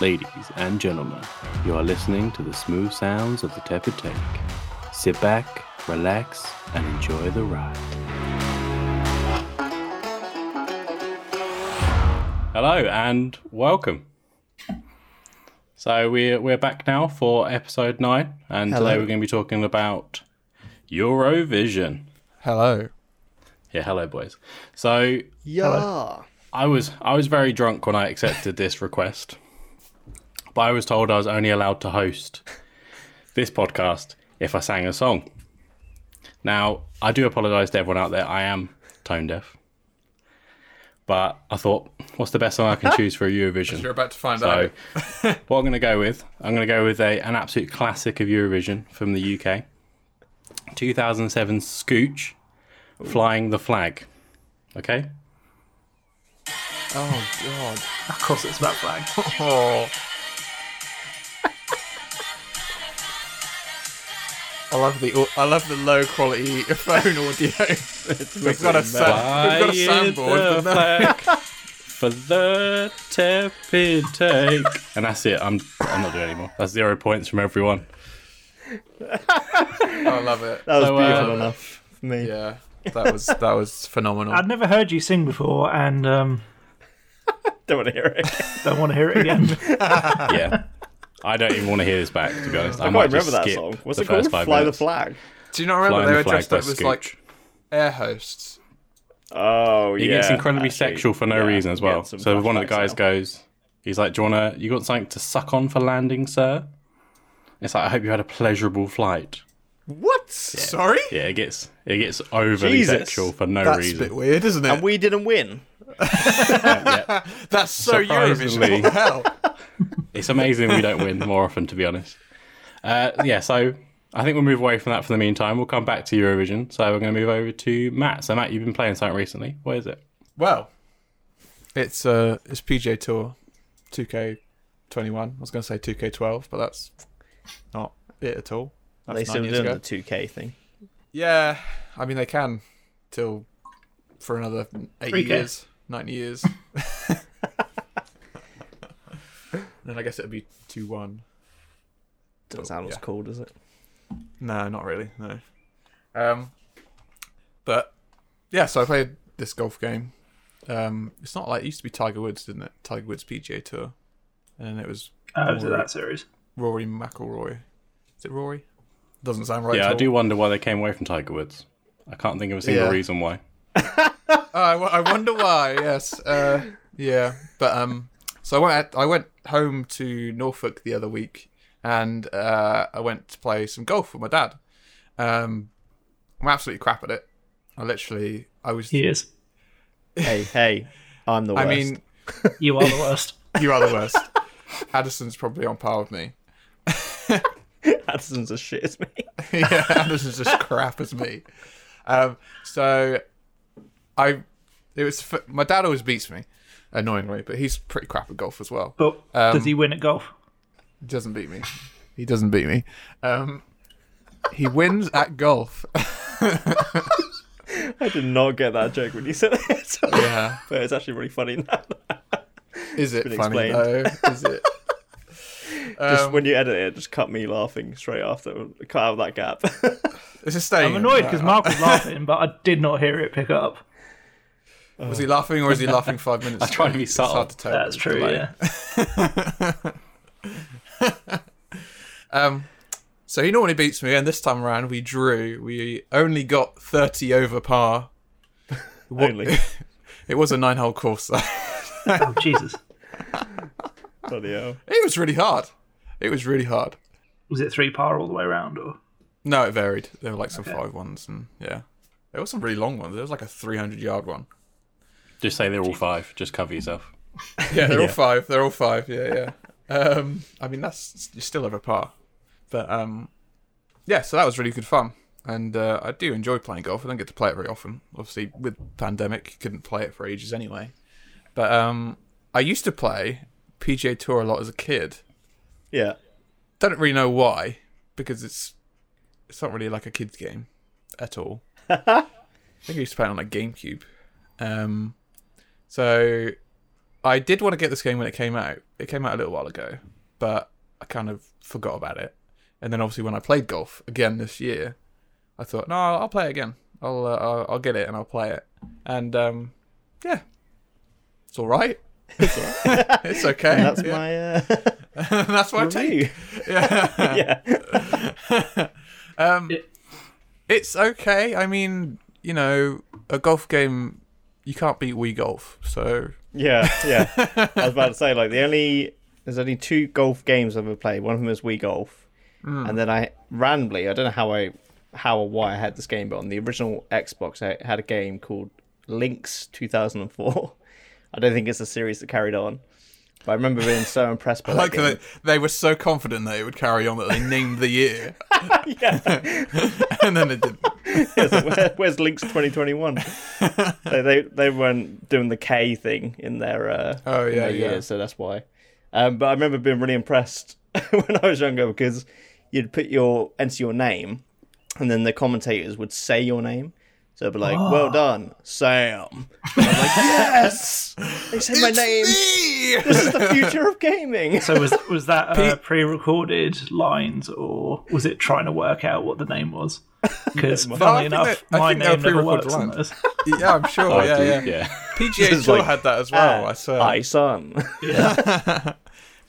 Ladies and gentlemen, you are listening to the smooth sounds of the Tepid Take. Sit back, relax, and enjoy the ride. Hello and welcome. So we're we're back now for episode nine, and today Hello. we're going to be talking about Eurovision. Hello. Yeah, hello, boys. So Yeah. I was I was very drunk when I accepted this request, but I was told I was only allowed to host this podcast if I sang a song. Now I do apologise to everyone out there. I am tone deaf, but I thought, what's the best song I can choose for You're Eurovision? about to find So out. what I'm going to go with, I'm going to go with a, an absolute classic of Eurovision from the UK, 2007 Scooch, "Flying the Flag." Okay. Oh god. Of course, it's that flag. Oh, I love the au- I love the low quality phone audio. we've got a sound, we've got Flying a soundboard. the but no- flag for the tepid take. And that's it. I'm I'm not doing it anymore. That's zero points from everyone. I love it. That was So, beautiful uh, enough for me. Yeah, that was that was phenomenal. I'd never heard you sing before, and um, Don't want to hear it. don't want to hear it again. Yeah. I don't even want to hear this back, to be honest. I, I might quite just remember that skip song. What's the it called? first Fly five minutes. the flag. Do you not remember Flying they the were flag dressed by up as like air hosts? Oh It yeah. gets incredibly actually, sexual for no yeah, reason as we get well. some So one of the flashbacks guys now. goes, he's like, "Do you wanna? You got something to suck on for landing, sir?" It's like, "I hope you had a pleasurable flight." "What?" Sorry? Yeah, it gets it gets overly Jesus. sexual for no That's reason. a bit weird, isn't it? And we didn't win. That's so Eurovision. Surprisingly. What the hell? It's amazing we don't win more often, to be honest. Uh, yeah, so I think we'll move away from that for the meantime. We'll come back to Eurovision. So we're going to move over to Matt. So Matt, you've been playing something recently. What is it? Well, it's uh it's PJ Tour 2K21. I was going to say 2K12, but that's not it at all. That's They still nine years doing ago. the 2K thing. Yeah, I mean they can till for another 8 3K. years, nine years. then I guess it'd be two one. Doesn't sound as yeah. cool, does it? No, not really. No. Um, but yeah, so I played this golf game. Um, it's not like it used to be Tiger Woods, didn't it? Tiger Woods PGA Tour, and it was Uh, was it that series? Rory McIlroy. Is it Rory? Doesn't sound right. yeah, at I all. do wonder why they came away from Tiger Woods. I can't think of a single Yeah. reason why. Oh, I, wo- I wonder why. Yes. Uh, yeah. But um, so I went. I went home to Norfolk the other week, and uh, I went to play some golf with my dad. Um, I'm absolutely crap at it. I literally, I was. He is. Hey, hey, I'm the I worst. mean, You are the worst. you are the worst. Addison's probably on par with me. Addison's as shit as me. yeah, Anderson's just crap as me. Um, so I, it was f- my dad always beats me, annoyingly, but he's pretty crap at golf as well. But Um, does he win at golf? He doesn't beat me. He doesn't beat me. Um, he wins at golf. I did not get that joke when you said it. Yeah, but it's actually really funny now. is it been funny explained. though? Is it? just Um, when you edit it, just cut me laughing straight after. Cut out that gap. This is staying. Uh, I'm annoyed in. because Mark was laughing, but I did not hear it pick up. was he laughing or is he laughing five minutes? I'm trying to be subtle. It's hard to tell. It's That's true. delayed. Yeah. Um, so he normally beats me, and this time around we drew. We only got thirty over par. Only. It was a nine-hole course. though. Oh Jesus. Bloody hell. it was really hard. It was really hard. Was it three par all the way around, or No, it varied. There were like some five ones, and yeah, there were some really long ones. There was like a three-hundred-yard one. Just say they're all five. Just cover yourself. Yeah, they're all five. They're all five. Yeah, yeah. Um, I mean, that's you still over par, but um, yeah. So that was really good fun, and uh, I do enjoy playing golf. I don't get to play it very often. Obviously, with pandemic, couldn't play it for ages anyway. But um, I used to play PGA Tour a lot as a kid. Yeah. Don't really know why, because it's it's not really like a kids game at all. I think I used to play it on like GameCube. Um, so I did want to get this game when it came out. It came out a little while ago, but I kind of forgot about it. And then obviously when I played golf again this year, I thought, no, I'll I'll play it again. I'll uh, I'll, I'll get it and I'll play it. And um, yeah, it's all right. it's okay. That's my uh, my that's my take. review. Yeah. yeah. It's okay. I mean, you know, a golf game you can't beat Wii Golf, so Yeah, yeah. I was about to say, like, the only there's only two golf games I've ever played. One of them was Wii Golf, and then I randomly, I don't know how I, how or why I had this game, but on the original Xbox, I had a game called Links 2004. I don't think it's a series that carried on, but I remember being so impressed by that like game. they, they were so confident that it would carry on that they named the year, yeah, and then it didn't. It's like, where, where's Links 2021? they, they they weren't doing the K thing in their uh, Oh, in yeah, their yeah. years, so that's why. Um, but I remember being really impressed when I was younger because you'd put your enter your name, and then the commentators would say your name. So they'd be like, Ah. "Well done, Sam." And I'm like, "Yes, they said my name. Me! This is the future of gaming." So was was that uh, pre-recorded lines, or was it trying to work out what the name was? Because funnily No, I enough, think they- I my think they were name never pre-recorded works on lines. this. Yeah, I'm sure. Oh, yeah, yeah. dude, yeah. PGA is Tour like, uh, had that as well. I saw. Hi, son.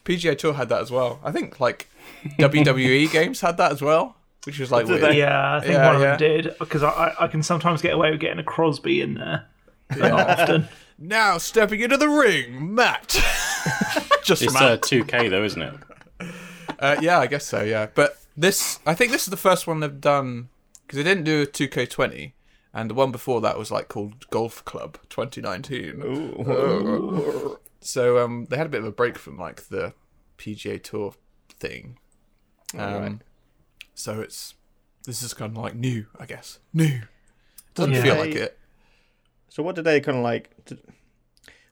PGA Tour had that as well. I think like WWE games had that as well, which was like Did weird. they? Yeah, I think Yeah, one of yeah. them did because I, I I can sometimes get away with getting a Crosby in there, but not often. Now stepping into the ring, Matt. Just It's uh, Matt. 2K though, isn't it? Uh, yeah, I guess so. Yeah, but this, I think this is the first one they've done because they didn't do a 2K20, and the one before that was like called Golf Club 2019. So um, they had a bit of a break from like the PGA Tour thing. Um, So it's this is kind of like new, I guess. New. It doesn't Yeah. feel like it. So what did they kind of like? d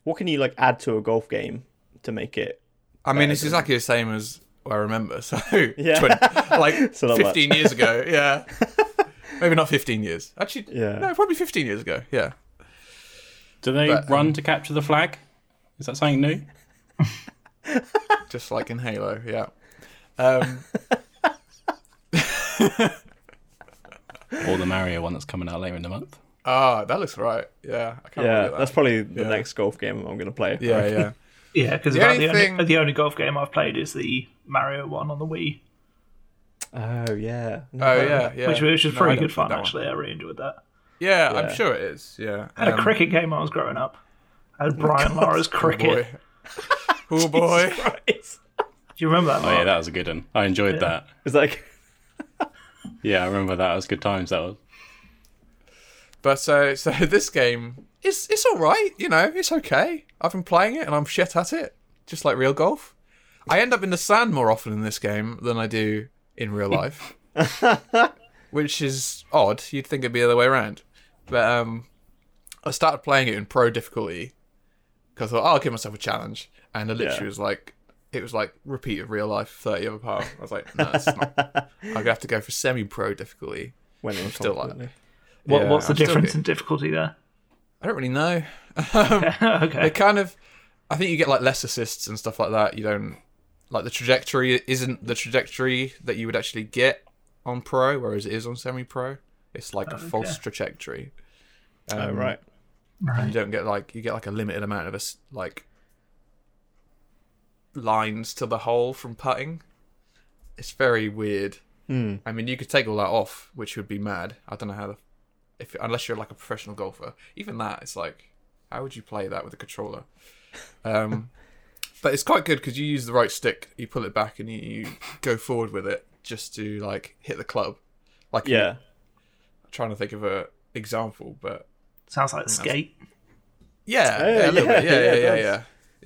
what can you like add to a golf game to make it? I mean, it's exactly the same as I remember. So Yeah. 20 like So not much. 15 years ago. Yeah. Maybe not 15 years. Actually, Yeah. no, probably 15 years ago. Yeah. Do they But, um, run to capture the flag? Is that something new? Just like in Halo. Yeah. Um, Or the Mario one that's coming out later in the month? ah, that looks right. Yeah. I can't Yeah, remember that's that. probably the Yeah. next golf game I'm going to play. Yeah, yeah. Yeah, because The the, about only the, only, thing- the only golf game I've played is the Mario one on the Wii, Oh yeah. Oh, yeah, yeah. which, which was No, I pretty don't think good fun that one- actually. I really enjoyed that. Yeah, Yeah. I'm sure it is. Yeah. I had Um, a cricket game when I was growing up. I had Brian Lara's cricket. Oh boy. Oh boy. Is Do you remember that? Oh yeah, Mark? that was a good one. I enjoyed that. that? Yeah, I remember that. It was good times. That was. But uh, so so this game is it's all right, you know, it's okay. I've been playing it and I'm shit at it, just like real golf. I end up in the sand more often in this game than I do in real life, which is odd. You'd think it'd be the other way around, but um, I started playing it in pro difficulty because I thought oh, I'll give myself a challenge, and I literally Yeah. was like. It was like repeat of real life, thirty over par. I was like, no, it's not. I'm gonna have to go for semi-pro difficulty. When I'm still like- What, Yeah, what's the I'm still difference getting- in difficulty there? I don't really know. okay. It kind of, I think you get like less assists and stuff like that. You don't like the trajectory isn't the trajectory that you would actually get on pro, whereas it is on semi-pro. It's like a false trajectory. Um, oh right. You don't get like you get like a limited amount of ass- like lines to the hole from putting. It's very weird. I mean, you could take all that off, which would be mad. I don't know how, the, if unless you're like a professional golfer, even that, it's like, how would you play that with a controller? Um, but it's quite good because you use the right stick, you pull it back, and you, you go forward with it just to like hit the club. Like, Yeah. I'm trying to think of a example, but Sounds like skate. yeah, Oh, yeah, a little yeah, bit. Yeah, yeah, yeah, it yeah, does. yeah.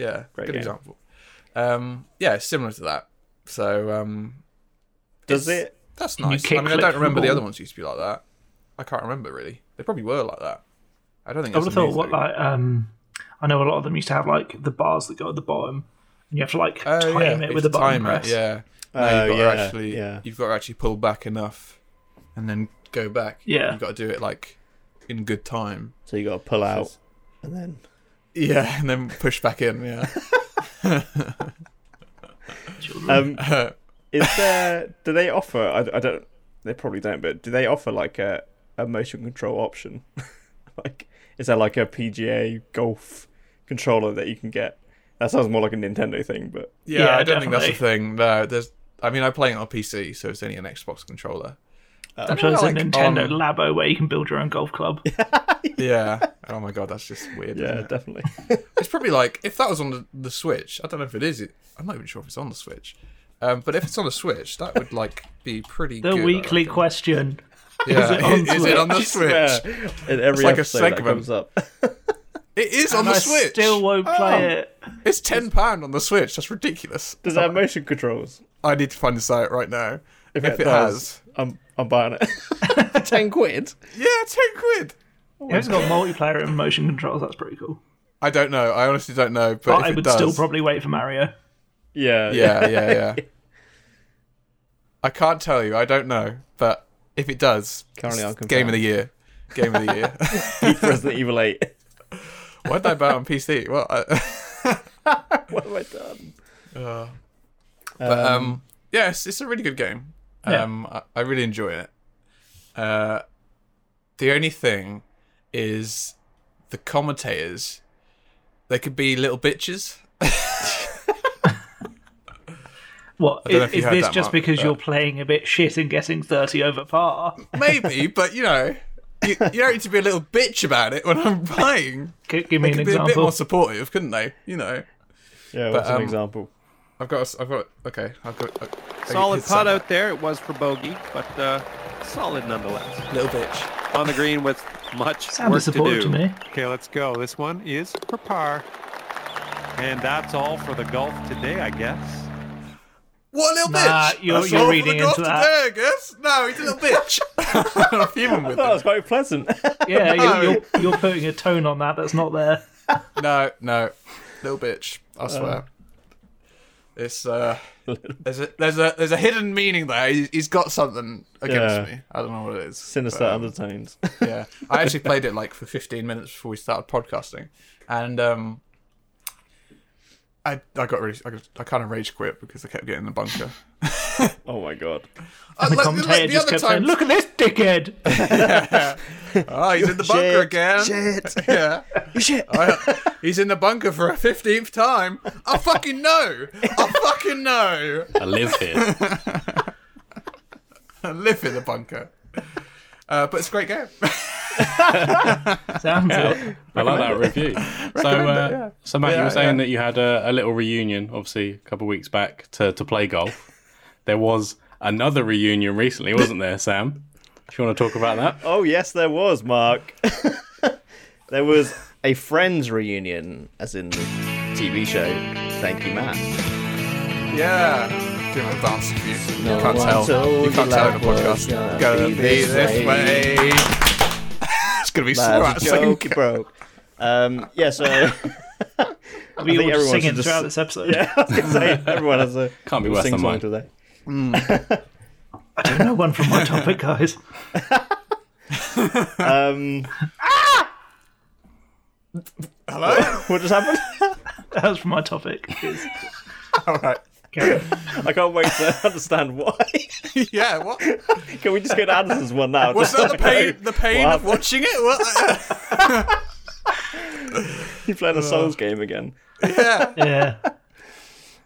Yeah, Great good game. example. Um, yeah, it's similar to that. So um, Does it's- it? That's you nice. I mean, I don't kickflip the remember the, ball? other ones used to be like that. I can't remember really. They probably were like that. I don't think. I would that's have a new thought what thing. like um, I know a lot of them used to have like the bars that go at the bottom, and you have to like Oh, yeah, time it you with a have to button time it, press. Yeah. No, Oh, you've got yeah, to actually, yeah. you've got to actually pull back enough, and then go back. Yeah. You've got to do it like in good time. So you got to pull out and then Yeah, and then push back in. Yeah. Children. Um, is there? Do they offer? I, I don't. They probably don't. But do they offer like a, a motion control option? like, is there like a PGA golf controller that you can get? That sounds more like a Nintendo thing, but Yeah, Yeah, I don't think that's the definitely. thing. No, there's. I mean, I play it on PC, so it's only an Xbox controller. I'm sure there's a like, um, Nintendo on- Labo where you can build your own golf club. Yeah. oh my god, that's just weird. isn't yeah, it? definitely. It's probably like if that was on the, the Switch. I don't know if it is. It, I'm not even sure if it's on the Switch. Um, but if it's on the Switch, that would like be pretty. The good, I weekly reckon. question. Yeah. it on is it on the Yeah, Switch? in every like a episode that segment. comes up. It is on the I Switch. still won't play Oh. it. It's ten pound on the Switch. That's ridiculous. Does it have motion controls? I need to find the site right now. If, it, has, does, I'm I'm buying it. Ten quid. yeah, ten quid. It's got multiplayer and motion controls. That's pretty cool. I don't know. I honestly don't know. But, But if I it would does, still probably wait for Mario. Yeah, Yeah, yeah, yeah. I can't tell you. I don't know. But if it does, Currently it's unconfirmed. game of the year. Game of the year. Resident Evil Eight. Why did I buy it on PC? Well, I, what have I done? but, um, yes, it's a really good game. Yeah. Um, I, I really enjoy it. Uh, the only thing is the commentators. They could be little bitches. What don't know is, if you is heard this that, just Mark, because but- you're playing a bit shit and getting thirty over par? Maybe, but you know, you, you don't need to be a little bitch about it when I'm playing. G- give me an Could be a bit example. more supportive, couldn't they? You know, Yeah, what's um, an example? I've got, a s- I've got, okay, I've got. uh, A, Solid putt out there. It was for bogey, but uh, solid nonetheless. little bitch. On the green with much Sounded work to do. supportive to me. Okay, let's go. This one is for par. And that's all for the golf today, I guess. What a little Nah, bitch? you're- That's you're all for reading the golf into that. Today, I guess. No, he's a little bitch. I'm fuming with That him. was Oh, quite pleasant. Yeah, you're, you're, you're putting a tone on that that's not there. No, no, little bitch. I swear. it's uh, there's a there's a there's a hidden meaning there. He's, he's got something against Yeah. me. I don't know what it is. Sinister but, um, undertones. yeah. I actually played it like for 15 minutes before we started podcasting, and um, I I got really I, got, I kind of rage quit because I kept getting in the bunker. oh my god. Uh, The like- commentator like the just other kept saying, times- "Look at this dickhead." Oh, he's in the bunker again. Shit. Yeah. Shit. I- he's in the bunker for a 15th time. I fucking know. I fucking know. I live here. I live in the bunker. Uh, but it's a great game. Sounds it. I like that review. So, uh, so Matt, you Yeah, were saying yeah. that you had a, a little reunion, obviously, a couple of weeks back to, to play golf. There was another reunion recently, wasn't there, Sam? If you want to talk about that, Oh yes, there was Mark. there was a Friends reunion, as in the TV show. Thank you, Matt. Yeah. Give him a dance if you, you can't one tell. told You can't you tell in a life was podcast. gonna Gonna be be this this way. it's gonna be slow That's at a joke, sinking. bro. Um, yeah, so We think all just everyone singing should just- throughout this episode. yeah, I was gonna say everyone has a Can't be worse than sing mine. song today. No one from my topic, guys. Um, Hello? what just happened? That was from my topic. It's- Alright. Okay. I can't wait to understand why. Yeah, what? Can we just go to Anderson's one now? Was that the pain the pain What of happened? watching it? What? you playing a Souls game again? yeah. Yeah.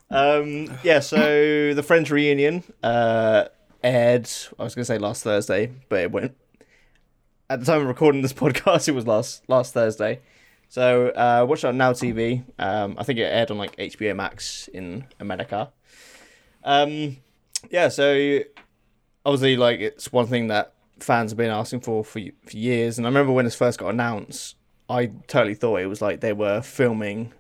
Um, yeah, so the Friends reunion uh, aired, I was going to say last Thursday, but it went. At the time of recording this podcast, it was last last Thursday. So uh, watch it on Now TV. Um, I think it aired on like HBO Max in America. Um, yeah, so obviously, like it's one thing that fans have been asking for for, y- for years. And I remember when this first got announced, I totally thought it was like they were filming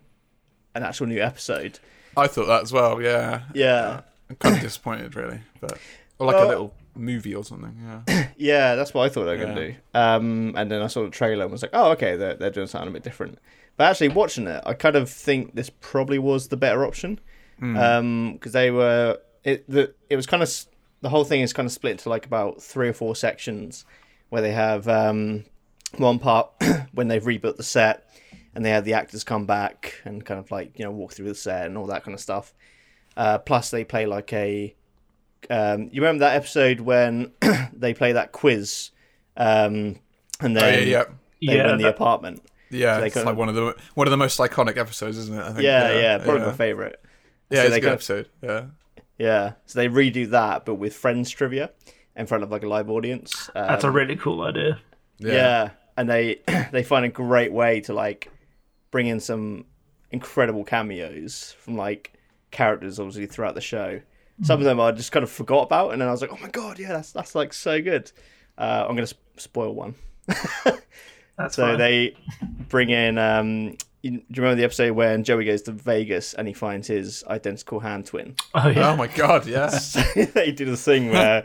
an actual new episode. I thought that as well, yeah. Yeah. I'm kind of disappointed, really. But or like Well- a little movie or something. Yeah. Yeah, that's what I thought they were Yeah. gonna do. Um, and then I saw the trailer and was like, oh, okay, they're they're doing something a bit different. But actually, watching it, I kind of think this probably was the better option Mm. because Um, they were it the it was kind of s- the whole thing is kind of split into like about three or four sections where they have um, one part when they've rebuilt the set and they had the actors come back and kind of like you know walk through the set and all that kind of stuff. Uh, plus, they play like a. Um, you remember that episode when they play that quiz, um, and Oh, yeah, then yeah. they yeah, win the that- apartment. Yeah, Um, they it's kind like of- one of the one of the most iconic episodes, isn't it? I think. Yeah, yeah, probably yeah. my favorite. Yeah, So it's they a good go- episode. Yeah, Yeah, so they redo that, but with friends trivia in front of like a live audience. Um, that's a really cool idea. yeah. and they they find a great way to like bring in some incredible cameos from like characters obviously throughout the show. Some of them I just kind of forgot about, and then I was like, oh my god, yeah, that's that's like so good. Uh, I'm gonna sp- spoil one. That's So fine. they bring in. Um, you, do you remember the episode when Joey goes to Vegas and he finds his identical hand twin? oh yeah, Oh my god, yeah. So they do this thing where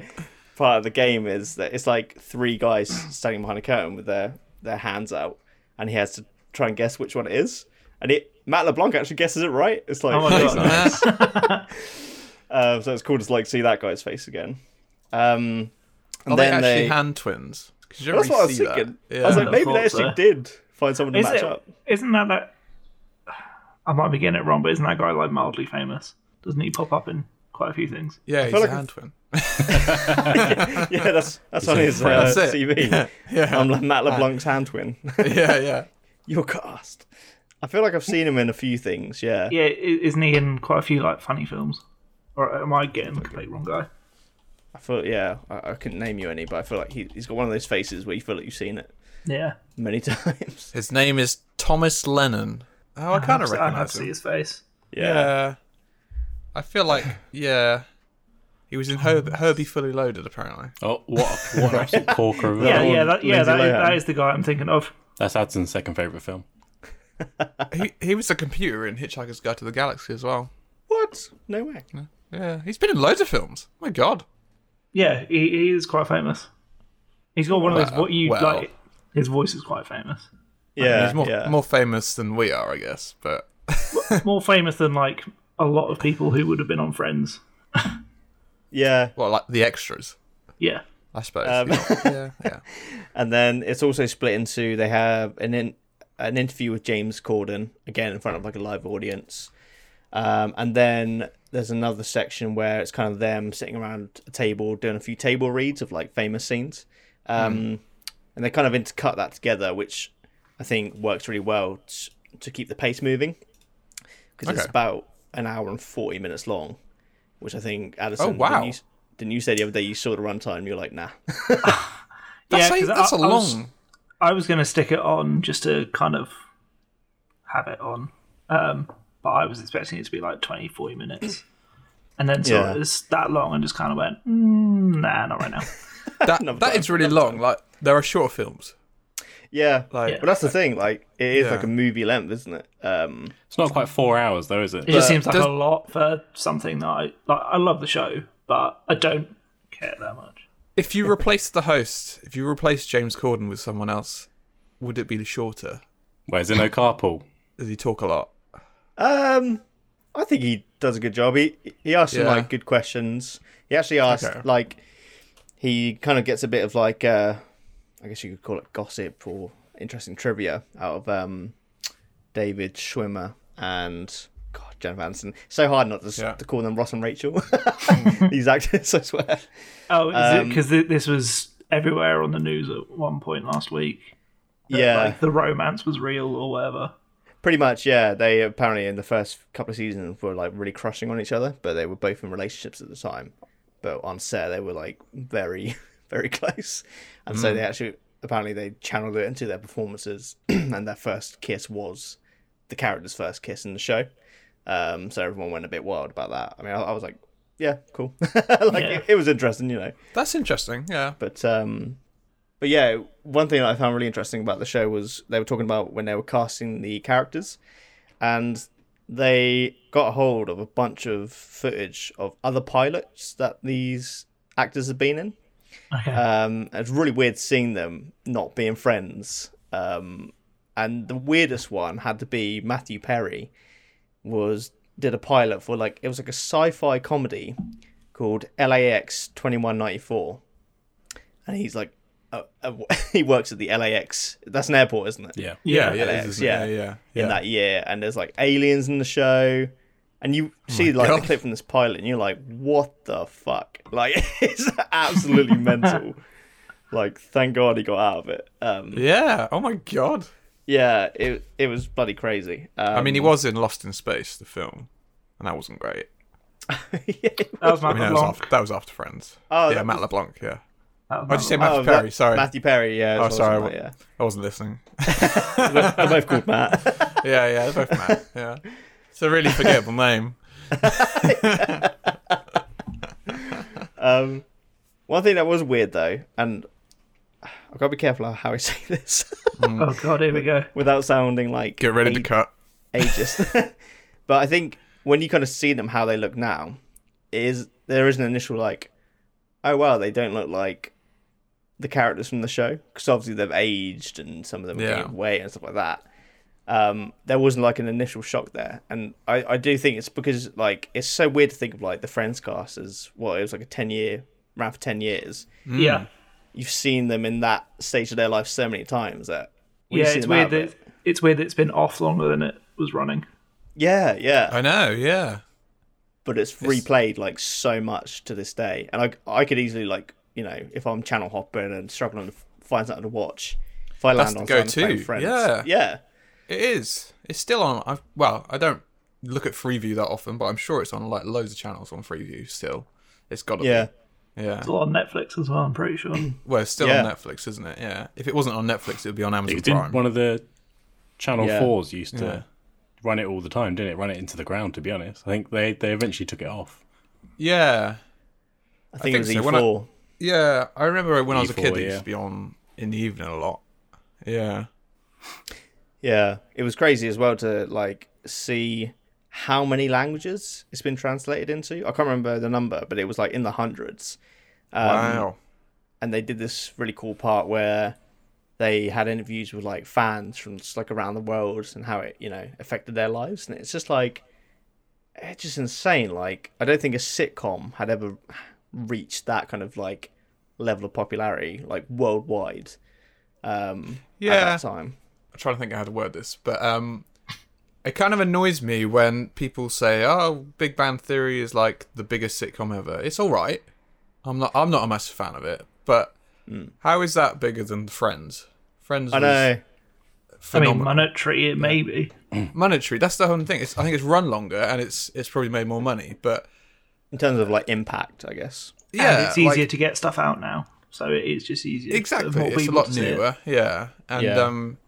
part of the game is that it's like three guys standing behind a curtain with their, their hands out, and he has to try and guess which one it is. And it Matt LeBlanc actually guesses it right. It's like, oh my god, uh, so it's cool to like see that guy's face again. Um, and Are Oh, they then actually they. hand twins? 'Cause you don't that's really what I was see that. thinking. Yeah. I was like, I maybe thought they actually so. did find someone to is match it? up. Isn't that that? I might be getting it wrong, but isn't that guy like mildly famous? Doesn't he pop up in quite a few things? yeah, he's feel a like hand twin. Yeah, that's that's on his uh, That's it. CV. Yeah, I'm Le- Matt LeBlanc's hand twin. yeah, yeah. You're cast. I feel like I've seen him in a few things. Yeah. Yeah, i- isn't he in quite a few like funny films? Or am I getting the complete wrong guy? I feel yeah. I, I couldn't name you any, but I feel like he, he's got one of those faces where you feel like you've seen it Yeah, many times. His name is Thomas Lennon. Oh, I kind of I'd have recognize to see him. his face. Yeah. Yeah, I feel like yeah, he was in Herb- Herbie Fully Loaded apparently. Oh, what, a- what an absolute corker of a Yeah, film. yeah, that, yeah. Lindsay That is, Lohan. that is the guy I'm thinking of. That's Adson's second favourite film. He he was a computer in Hitchhiker's Guide to the Galaxy as well. What? No way. Yeah, he's been in loads of films. my god. Yeah, he, he is quite famous. He's got one of those Well, what you well. like. His voice is quite famous. Yeah. He's more yeah. more famous than we are, I guess. But More famous than like a lot of people who would have been on Friends. yeah. well, like the extras, Yeah, I suppose. Um, yeah, yeah. And then it's also split into they have an in, an interview with James Corden again in front of like a live audience, um, and then there's another section where it's kind of them sitting around a table doing a few table reads of like famous scenes, um, Hmm. and they kind of intercut that together, which I think works really well t- to keep the pace moving because it's Okay. about an hour and forty minutes long, which I think Addison. didn't Oh, wow. you s- didn't you say the other day you saw the runtime? You're like, nah. That's, yeah. a, 'cause I- that's a I long. was- I was going to stick it on just to kind of have it on, um, but I was expecting it to be like 20, 40 minutes. And then so Yeah. it's that long and just kind of went, mm, nah, not right now. That, Another that time, is really long. Like there are short films. Yeah. Like Yeah. But that's the thing, like it is Yeah. like a movie length, isn't it? Um, It's not quite four hours, though, is it? It just seems like does- a lot for something that I like. I love the show, but I don't care that much. if you replace the host, if you replace James Corden with someone else, would it be shorter? Where's in Carpool? Does he talk a lot? um, I think he does a good job. He he asks some Yeah. like good questions. He actually asked Okay. like he kind of gets a bit of like uh, I guess you could call it gossip or interesting trivia out of um, David Schwimmer and God Jennifer Aniston. So hard not to, s Yeah. to call them Ross and Rachel. These actors, I swear. Oh, is Um, it because this was everywhere on the news at one point last week? that, Yeah. like, the romance was real or whatever. Pretty much, yeah. They apparently in the first couple of seasons were like really crushing on each other, but they were both in relationships at the time. But on set, they were like very, very close, and so they actually apparently they channeled it into their performances, and their first kiss was the character's first kiss in the show. Um, so everyone went a bit wild about that. I mean, I, I was like, yeah, cool. like Yeah. It, it was interesting, you know. That's interesting. Yeah. But um, but yeah, one thing that I found really interesting about the show was they were talking about when they were casting the characters, and they got hold of a bunch of footage of other pilots that these actors have been in. Okay. Um, it's really weird seeing them not being friends. Um, and the weirdest one had to be Matthew Perry was did a pilot for like it was like a sci-fi comedy called LAX 2194 and he's like uh, uh, he works at the LAX. That's an airport, isn't it? Yeah. Yeah, yeah, LAX, it is, isn't it? yeah. yeah, yeah, in yeah. that year, and there's like aliens in the show, and you see like Oh God. the clip from this pilot, and you're like, "What the fuck!" Like it's absolutely mental. Like, thank God he got out of it. Um, Yeah. Oh my god. yeah, it it was bloody crazy. Um, I mean, he was in Lost in Space, the film, and that wasn't great. yeah, That was I Matt mean, that was, LeBlanc. after, that was after Friends. Oh, yeah, that Matt was- LeBlanc. Yeah. That was Oh, did you say Matt Matthew Oh, Perry? that- sorry, Matthew Perry. Yeah, Oh, as well, sorry, something I- like I wasn't listening. that, yeah, they're both called Matt. yeah, yeah, they're both Matt. Yeah. It's a really forgettable name. Um, one thing that was weird though, and I've got to be careful how I say this LeBlanc. Oh god, here we go. without sounding like Get ready to a- cut. ageist. but I think when you kind of see them how they look now, it is there is an initial like, oh wow, they don't look like the characters from the show because obviously they've aged and some of them have Yeah. gained weight and stuff like that. Um, there wasn't like an initial shock there, and I, I do think it's because like it's so weird to think of like the Friends cast as what it was like a ten year ran for ten years. Mm. Yeah, You've seen them in that stage of their life so many times that when you yeah. see It's them out weird of that it- it's weird that it's been off longer than it was running. yeah yeah I know. Yeah. but it's replayed like so much to this day. And I, I could easily like, you know, if I'm channel hopping and struggling to f- find something to watch, if I That's land on the something playing go-to, Friends, yeah. yeah, It is. It's still on. I've, well, I don't look at Freeview that often, but I'm sure it's on like loads of channels on Freeview still. It's got to yeah. be. Yeah. It's all on Netflix as well. I'm pretty Mm, sure. Well, it's still Yeah. on Netflix, isn't it? Yeah. If it wasn't on Netflix, it would be on Amazon It didn't, Prime. one of the Channel Yeah. 4s used to run it all the time, didn't it? Run it into the ground, to be honest. I think they, they eventually took it off. Yeah. I think think, it was E so. When I- E4. Yeah. I remember when I was a E4, kid, it used yeah. to be on in the evening a lot. Yeah. Yeah, it was crazy as well to like see how many languages it's been translated into. I can't remember the number, but it was like in the hundreds. Um, Wow. and they did this really cool part where they had interviews with like fans from just like around the world and how it you know affected their lives and it's just like it's just insane like i don't think a sitcom had ever reached that kind of like level of popularity like worldwide um at Yeah. that time I'm trying to think of how to word this, but um, it kind of annoys me when people say, "Oh, Big Bang Theory is like the biggest sitcom ever." It's all right. I'm not. I'm not a massive fan of it, but Hmm. how is that bigger than Friends? Friends. i know Was I mean, phenomenal. monetary, it may be. monetary. That's the whole thing. It's, I think it's run longer and it's it's probably made more money, but in terms of like impact i guess yeah, and it's easier like- to get stuff out now, so it is just easier. for exactly. more It's a people lot to see it. newer. Yeah, and Yeah. um,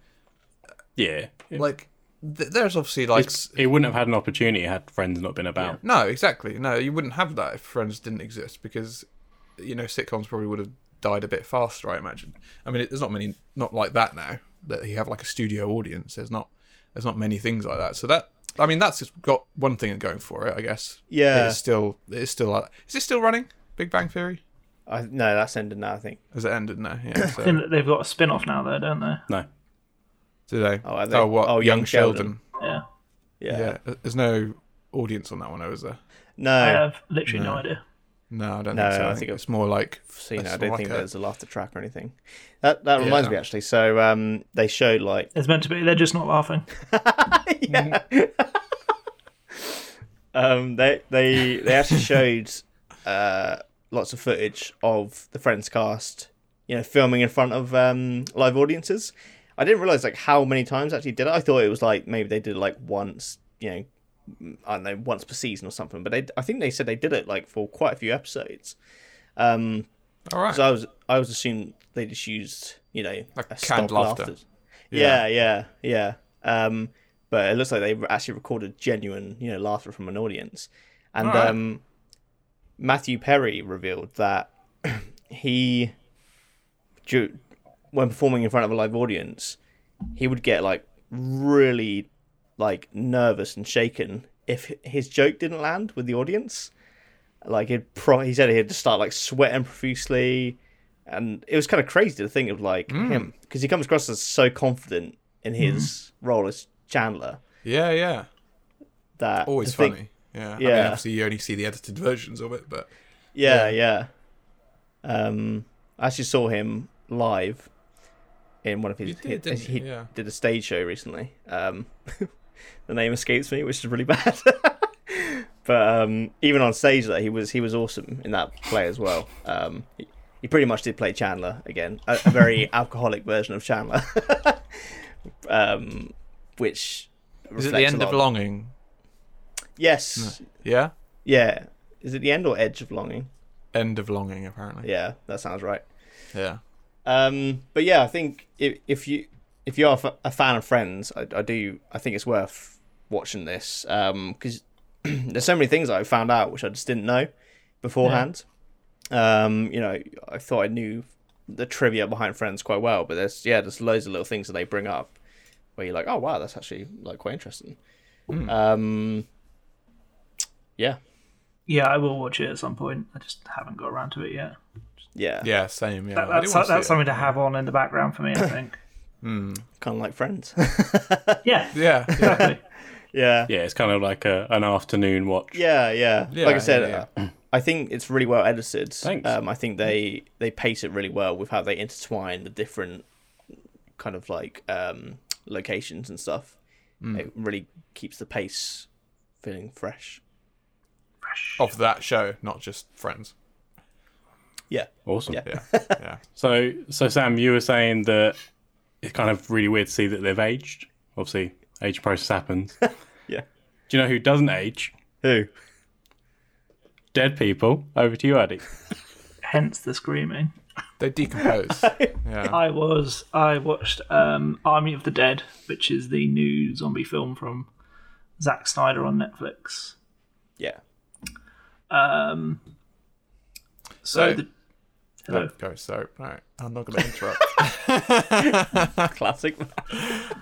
Yeah. It, like th- there's obviously like s- it wouldn't have had an opportunity had Friends not been about. No, exactly. No, you wouldn't have that if Friends didn't exist because, you know, sitcoms probably would have died a bit faster. I imagine. I mean, it- there's not many, not like that now that you have like a studio audience. There's not, there's not many things like that. So that, I mean, that's just got one thing going for it, I guess. Yeah. it's still, it's still. uh, Is it still running? Big Bang Theory? i no that's ended now i think Has it ended now? Yeah. I So, think that they've got a spin off now, though, don't they? No. today. Oh, are they- what? oh, Young, Young Sheldon. Sheldon. Yeah. yeah, Yeah. There's no audience on that one, though, is there? no I uh, I have literally no idea. No, I don't No, think so. I, I think, think it's more like. So, you know, it's I don't more think like a- there's a laughter track or anything. That that reminds Yeah. me actually. So um, they showed like It's meant to be. They're just not laughing. um, they they they actually showed uh, lots of footage of the Friends cast, you know, filming in front of um, live audiences. I didn't realize like how many times actually did it. I thought it was like maybe they did it like once, you know, mm, I don't know, once per season or something. But they, I think they said they did it like for quite a few episodes. Um, All right. So I was I was assumed they just used you know Like a canned stopped laughter. Yeah. yeah, yeah, Um, but it looks like they actually recorded genuine you know laughter from an audience, and Alright. um, Matthew Perry revealed that he, du- when performing in front of a live audience, he would get like really like nervous and shaken if his joke didn't land with the audience. Like he'd pro- he said he'd just start like sweating profusely, and it was kind of crazy to think of like Mm. him because he comes across as so confident in his Mm-hmm. role as Chandler yeah, yeah. that always to think- funny. Yeah. I mean, Yeah. obviously, you only see the edited versions of it, but Yeah, yeah. Um, I actually saw him live in one of his. You did, he, didn't he you? Yeah. did a stage show recently. Um, the name escapes me, which is really bad. but um, even on stage, though, he was he was awesome in that play as well. Um, he, he pretty much did play Chandler again, a, a very alcoholic version of Chandler, um, which Is it the reflects a end lot of longing? Yes, Yeah. yeah. Is it the end or edge of longing? End of longing, apparently. Yeah, that sounds right. Yeah. Um, but yeah, I think if, if you if you are f- a fan of Friends, I, I do I think it's worth watching this because there's so many things I found out which I just didn't know beforehand. Um, you know, I thought I knew the trivia behind Friends quite well, but there's yeah, there's loads of little things that they bring up where you're like, oh wow, that's actually like quite interesting. Um, yeah, Yeah, I will watch it at some point. I just haven't got around to it yet. yeah, Yeah. Same. Yeah. I That, do that's wanna see that's it. something to have on in the background for me. I think. kind of like Friends. yeah. Yeah. yeah. Exactly. yeah, Yeah, it's kind of like a, an afternoon watch. Yeah, yeah. Yeah, like I yeah, said, yeah. uh, I think it's really well edited. Thanks. Um, I think they they pace it really well with how they intertwine the different kind of like um, locations and stuff. It really keeps the pace feeling fresh. of that show, not just Friends. Yeah. Awesome. Yeah. Yeah. Yeah. So, so Sam, you were saying that it's kind of really weird to see that they've aged. Obviously, age process happens. Yeah. Do you know who doesn't age? Who? Dead people. Over to you, Addy. Hence the screaming. They decompose. yeah. I was I watched um, Army of the Dead, which is the new zombie film from Zack Snyder on Netflix. Yeah. Um, so So- the, hello. No, go so right. I'm not gonna interrupt. Classic.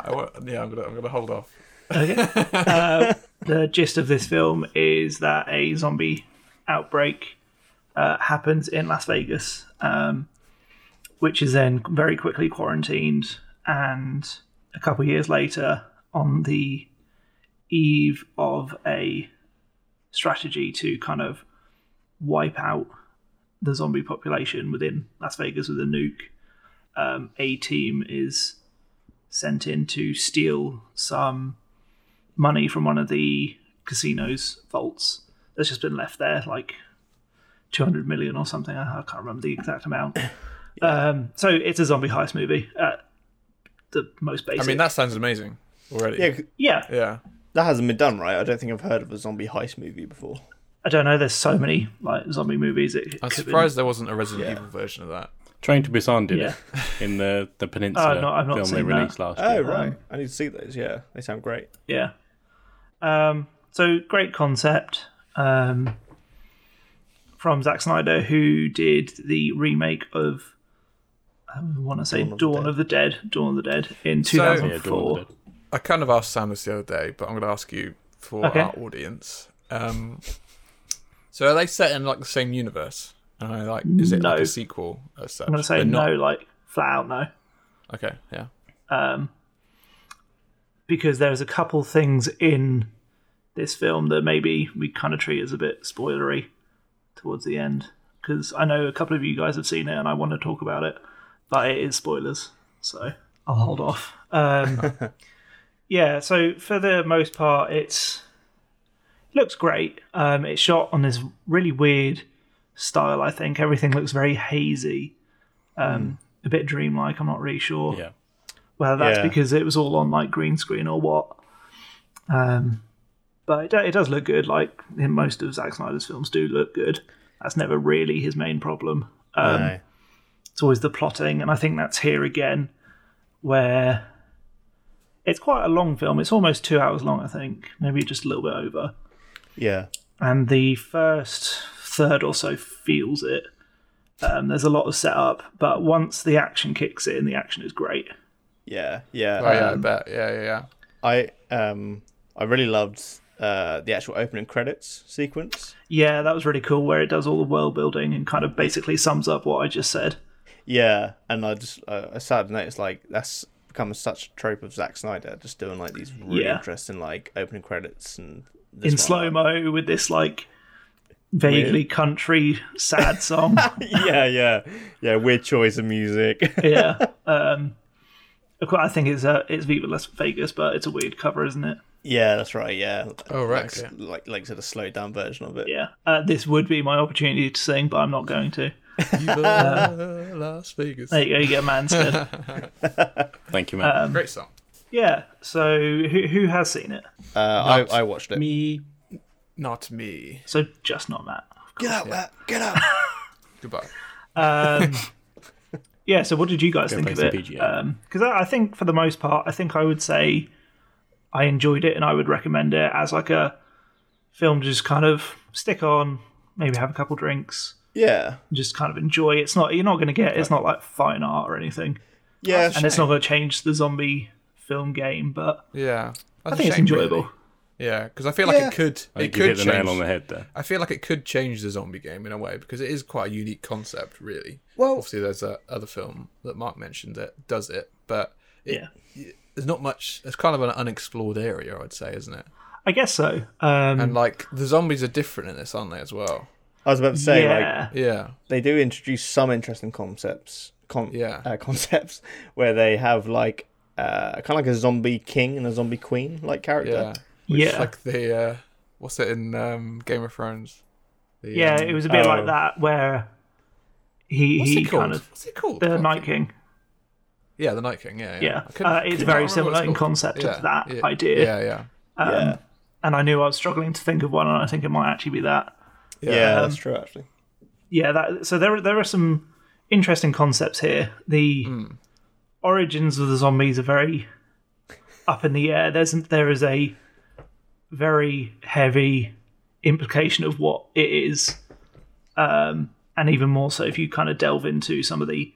I won't, yeah, I'm gonna I'm gonna hold off. the gist of this film is that a zombie outbreak uh, happens in Las Vegas, um, which is then very quickly quarantined. And a couple of years later, on the eve of a strategy to kind of wipe out the zombie population within Las Vegas with a nuke, um, a team is sent in to steal some money from one of the casino's vaults that's just been left there, like 200 million or something. I, I can't remember the exact amount. um, so it's a zombie heist movie at the most basic. I mean, that sounds amazing already. Yeah, Yeah. 'cause yeah, that hasn't been done right. I don't think I've heard of a zombie heist movie before. I don't know. There's so many like zombie movies. It, it I'm could've been- surprised there wasn't a Resident Evil version of that. Train to Busan did Yeah. it in the the Peninsula Oh, no, I've not film they seen that. released last Oh year. right, I need to see those. Yeah, they sound great. Yeah. Um, so great concept um, from Zack Snyder, who did the remake of I want to say Dawn, of the of, the Dead, Dawn of the Dead in Yeah, Dawn 2004. of the Dead. I kind of asked Sam this the other day, but I'm going to ask you for Okay. our audience. Um, so are they set in like the same universe? And I like, is it like No. a sequel? As such? I'm going to say They're not- no, like flat out no, Okay, yeah, because there's a couple things in this film that maybe we kind of treat as a bit spoilery towards the end. Because I know a couple of you guys have seen it and I want to talk about it, but it is spoilers, so I'll hold off. Um, yeah, so for the most part, it's looks great. Um, it's shot on this really weird style. I think everything looks very hazy, um, a bit dreamlike. I'm not really sure Yeah. whether that's Yeah. because it was all on like green screen or what. Um, but it, do- it does look good. Like in most of Zack Snyder's films, do look good. That's never really his main problem. Um, No. It's always the plotting, and I think that's here again, where it's quite a long film. It's almost two hours long, I think, maybe just a little bit over. Yeah. And the first third or so feels it. Um, there's a lot of setup, but once the action kicks in, the action is great. Yeah. Yeah. oh Um, yeah, I bet, yeah, yeah, yeah. I um I really loved uh the actual opening credits sequence. Yeah, that was really cool where it does all the world building and kind of basically sums up what I just said. Yeah, and I just I I started to notice like that's become such a trope of Zack Snyder, just doing like these really Yeah. interesting like opening credits and this In one, slow like- mo with this like vaguely country sad song. yeah, yeah, yeah. Weird choice of music. yeah. Um, of course, I think it's uh, it's Viva Las Vegas, but it's a weird cover, isn't it? yeah, that's right. Yeah. Oh, right, Like, okay. like, like sort of slowed down version of it. Yeah. Uh, this would be my opportunity to sing, but I'm not going to. uh, Viva Las Vegas. There you go. You get a man instead. Thank you, Um, man. Great song. yeah. So who who has seen it? Uh, I, I watched it. Me. Not me. So just not Matt. Get out, Matt, get out. Goodbye. Um, yeah. So what did you guys think play of some it? PGA. Because I, I think for the most part, I think I would say I enjoyed it, and I would recommend it as like a film to just kind of stick on, maybe have a couple drinks. yeah, just kind of enjoy. It's not you're not going to get. It's not like fine art or anything, yeah. and it's not going to change the zombie film game. But Yeah. That's I think it's enjoyable. Yeah, because I feel like Yeah. it could. I It think you could hit the change. nail on the head there. I feel like it could change the zombie game in a way because it is quite a unique concept, really. Well- obviously, there's that other film that Mark mentioned that does it, but Yeah, there's not much. It's kind of an unexplored area, I'd say, isn't it? I guess so. Um, And like the zombies are different in this, aren't they, as well? I was about to say like yeah, Yeah, they do introduce some interesting concepts con- Yeah. uh, concepts where they have like uh, kind of like a zombie king and a zombie queen like yeah. character Which is Yeah. like the uh, what's it in um, Game of Thrones? The, yeah. um, It was a bit Oh. like that where he what's he it called? kind of what's it called? the Fucking- Night King. Yeah, the Night King. Yeah, Yeah, I couldn't- uh, couldn't it's very remember what similar it's in called. concept Yeah, to that yeah, idea. Yeah, yeah, Um, yeah And I knew I was struggling to think of one, and I think it might actually be that. yeah, um, that's true actually yeah that so there are- there are some interesting concepts here the origins of the zombies are very up in the air there's there is a very heavy implication of what it is um and even more so if you kind of delve into some of the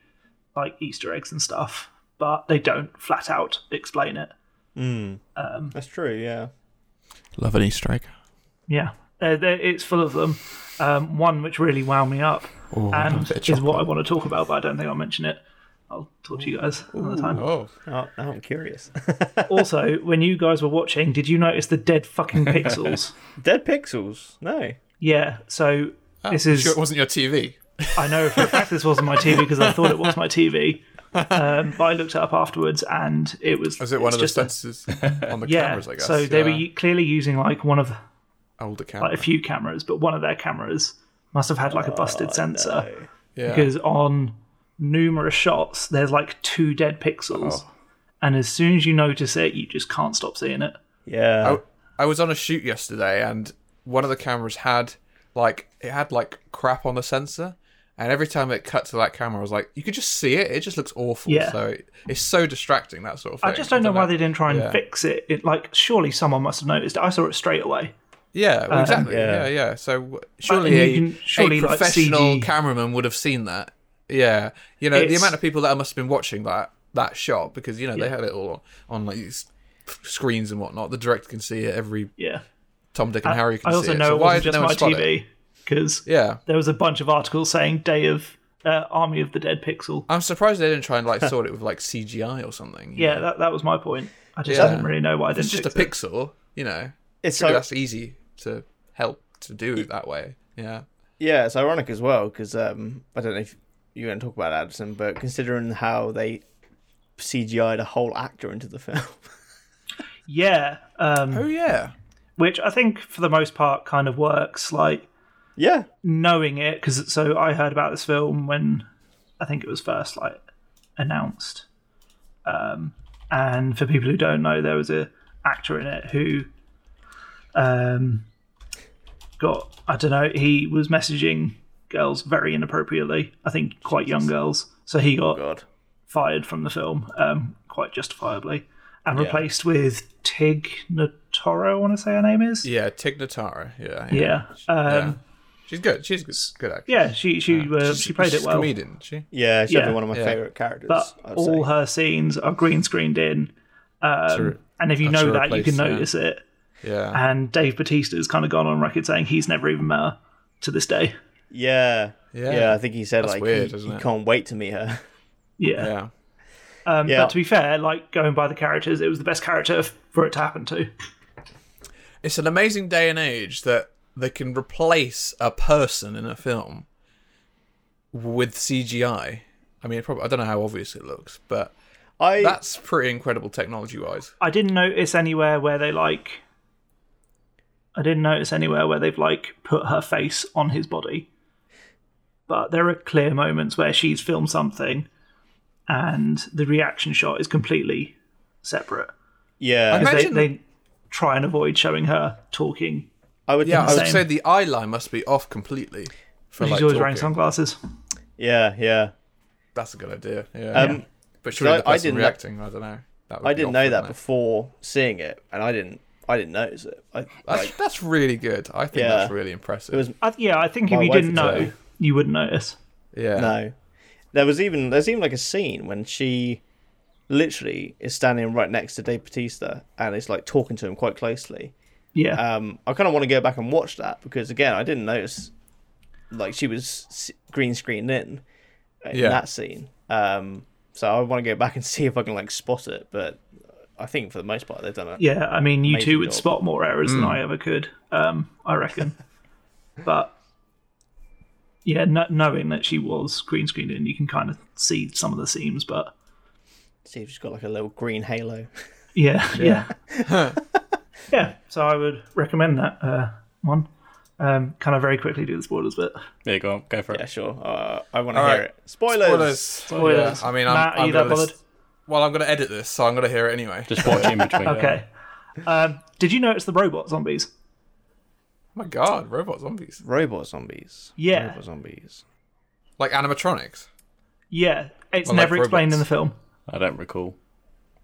like easter eggs and stuff but they don't flat out explain it that's true yeah Love an Easter egg. Yeah, uh, there- it's full of them. Um, one which really wound me up Oh, and is what I want to talk about, but I don't think I'll mention it. I'll talk to you guys another time. Oh, oh, now I'm curious Also, when you guys were watching, did you notice the dead fucking pixels? dead pixels no yeah, so this is. Ah, sure, it wasn't your TV. I know for a fact this wasn't my TV because I thought it was my TV. Um, but I looked it up afterwards and it was. Was it one it's of the just a- sensors on the Yeah, cameras? I guess. so they were Yeah. u- clearly using like one of the- older camera. like a few cameras, but one of their cameras must have had like a Oh, busted sensor. yeah. because on numerous shots there's like two dead Oh. pixels and as soon as you notice it you just can't stop seeing it yeah I, I was on a shoot yesterday, and one of the cameras had like it had like crap on the sensor, and every time it cut to that camera, I was like, you could just see it. It just looks awful. Yeah. So it, it's so distracting that sort of thing. i just don't know why they didn't try and Yeah. fix it. it like surely someone must have noticed it i saw it straight away Yeah, well, exactly. yeah. Yeah, yeah. So w- surely, a, Um, you can- surely, a like, professional CG cameraman would have seen that. Yeah, you know the It's- amount of people that must have been watching that that shot because you know they had it all on like these screens and whatnot. The director can see it. Every yeah Tom, Dick, and Harry can i see also it. know so it why wasn't did just no one my spot it? tv because Yeah, there was a bunch of articles saying day of uh, army of the dead pixel I'm surprised they didn't try and like sort it with like CGI or something. you yeah know. that, that was my point i just Yeah. didn't really know why i didn't it's just a fix it. pixel. You know, it's Surely so that's easy to help to do it that way. Yeah, yeah it's ironic as well because um I don't know if you're going to talk about Addison but considering how they CGI'd a whole actor into the film yeah um, oh yeah, which i think for the most part kind of works like yeah knowing it because so I heard about this film when I think it was first like announced. Um, and for people who don't know, there was a actor in it who um, got I don't know he was messaging girls very inappropriately. I think quite young girls, so he got Oh, god fired from the film um, quite justifiably and replaced with Tig Notaro. I want to say her name is yeah. Tig Notara. Yeah, yeah. Um, Yeah. She's good. She's good. Good actress. Yeah, she she uh, she played she's it well. A comedian, isn't she. yeah she's Yeah. one of my Yeah. favorite characters but I'd all say. her scenes are green screened in, um, Sure. and if you That's her know that, you can place, yeah. notice it. Uh, Yeah. And Dave Batista has kind of gone on record saying he's never even met her to this day. yeah yeah Yeah. I think he said like he- weird, he, isn't it? can't wait to meet her Yeah. Yeah. Um, Yeah. But to be fair, like going by the characters, it was the best character f- for it to happen to. It's an amazing day and age that they can replace a person in a film with CGI. I mean, it probably, I don't know how obvious it looks, but I that's pretty incredible technology wise. I didn't notice anywhere where they like. I didn't notice anywhere where they've like put her face on his body. But there are clear moments where she's filmed something, and the reaction shot is completely separate. yeah, I 'Cause imagine- They, they try and avoid showing her talking. I would Yeah, I would Same. say the eye line must be off completely. For She's like, always wearing talking. sunglasses. yeah, yeah. That's a good idea. Yeah. Um, but surely I- the I person didn't know- reacting, I don't know. That would I be didn't off, know wouldn't that it? before seeing it, and I didn't I didn't notice it. I, That's, like, that's really good. I think Yeah. that's really impressive. It was- I, yeah, I think My if you wife didn't would know, say. you wouldn't notice. yeah. no, there was even there's even like a scene when she literally is standing right next to Dave Batista and is like talking to him quite closely. Yeah, Uh, Um, I kind of want to go back and watch that because again, I didn't notice like she was s- green screened in uh, in Yeah. that scene. Um, so I want to go back and see if I can like spot it, but I think for the most part they've done it. yeah. I mean, you two Amazing would job. spot more errors than Mm. I ever could. Um, I reckon. but yeah, no, knowing that she was green screened in, you can kind of see some of the seams. But See if she's got like a little green halo. yeah, yeah, yeah. So I would recommend that uh, one. Um, can I very quickly do the spoilers bit? There you go. Go for it. Yeah, sure. Uh, I want to All hear right. it. Spoilers. Spoilers. Spoilers. Yeah, I mean, I'm, Matt, are I'm you that gonna bothered? list- Well, I'm going to edit this, so I'm going to hear it anyway. Just watch in between. Okay. Um, did you notice the robot zombies? Oh my god, robot zombies. Robot zombies. Yeah. Robot zombies. Like animatronics. Yeah, it's Well, like never explained in the robots. film. I don't recall.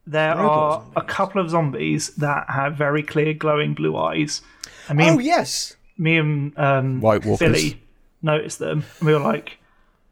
There Robot are a couple of zombies that have very clear, glowing blue eyes. I mean, Oh yes. me and um, White Walkers. Billy noticed them, and we were like,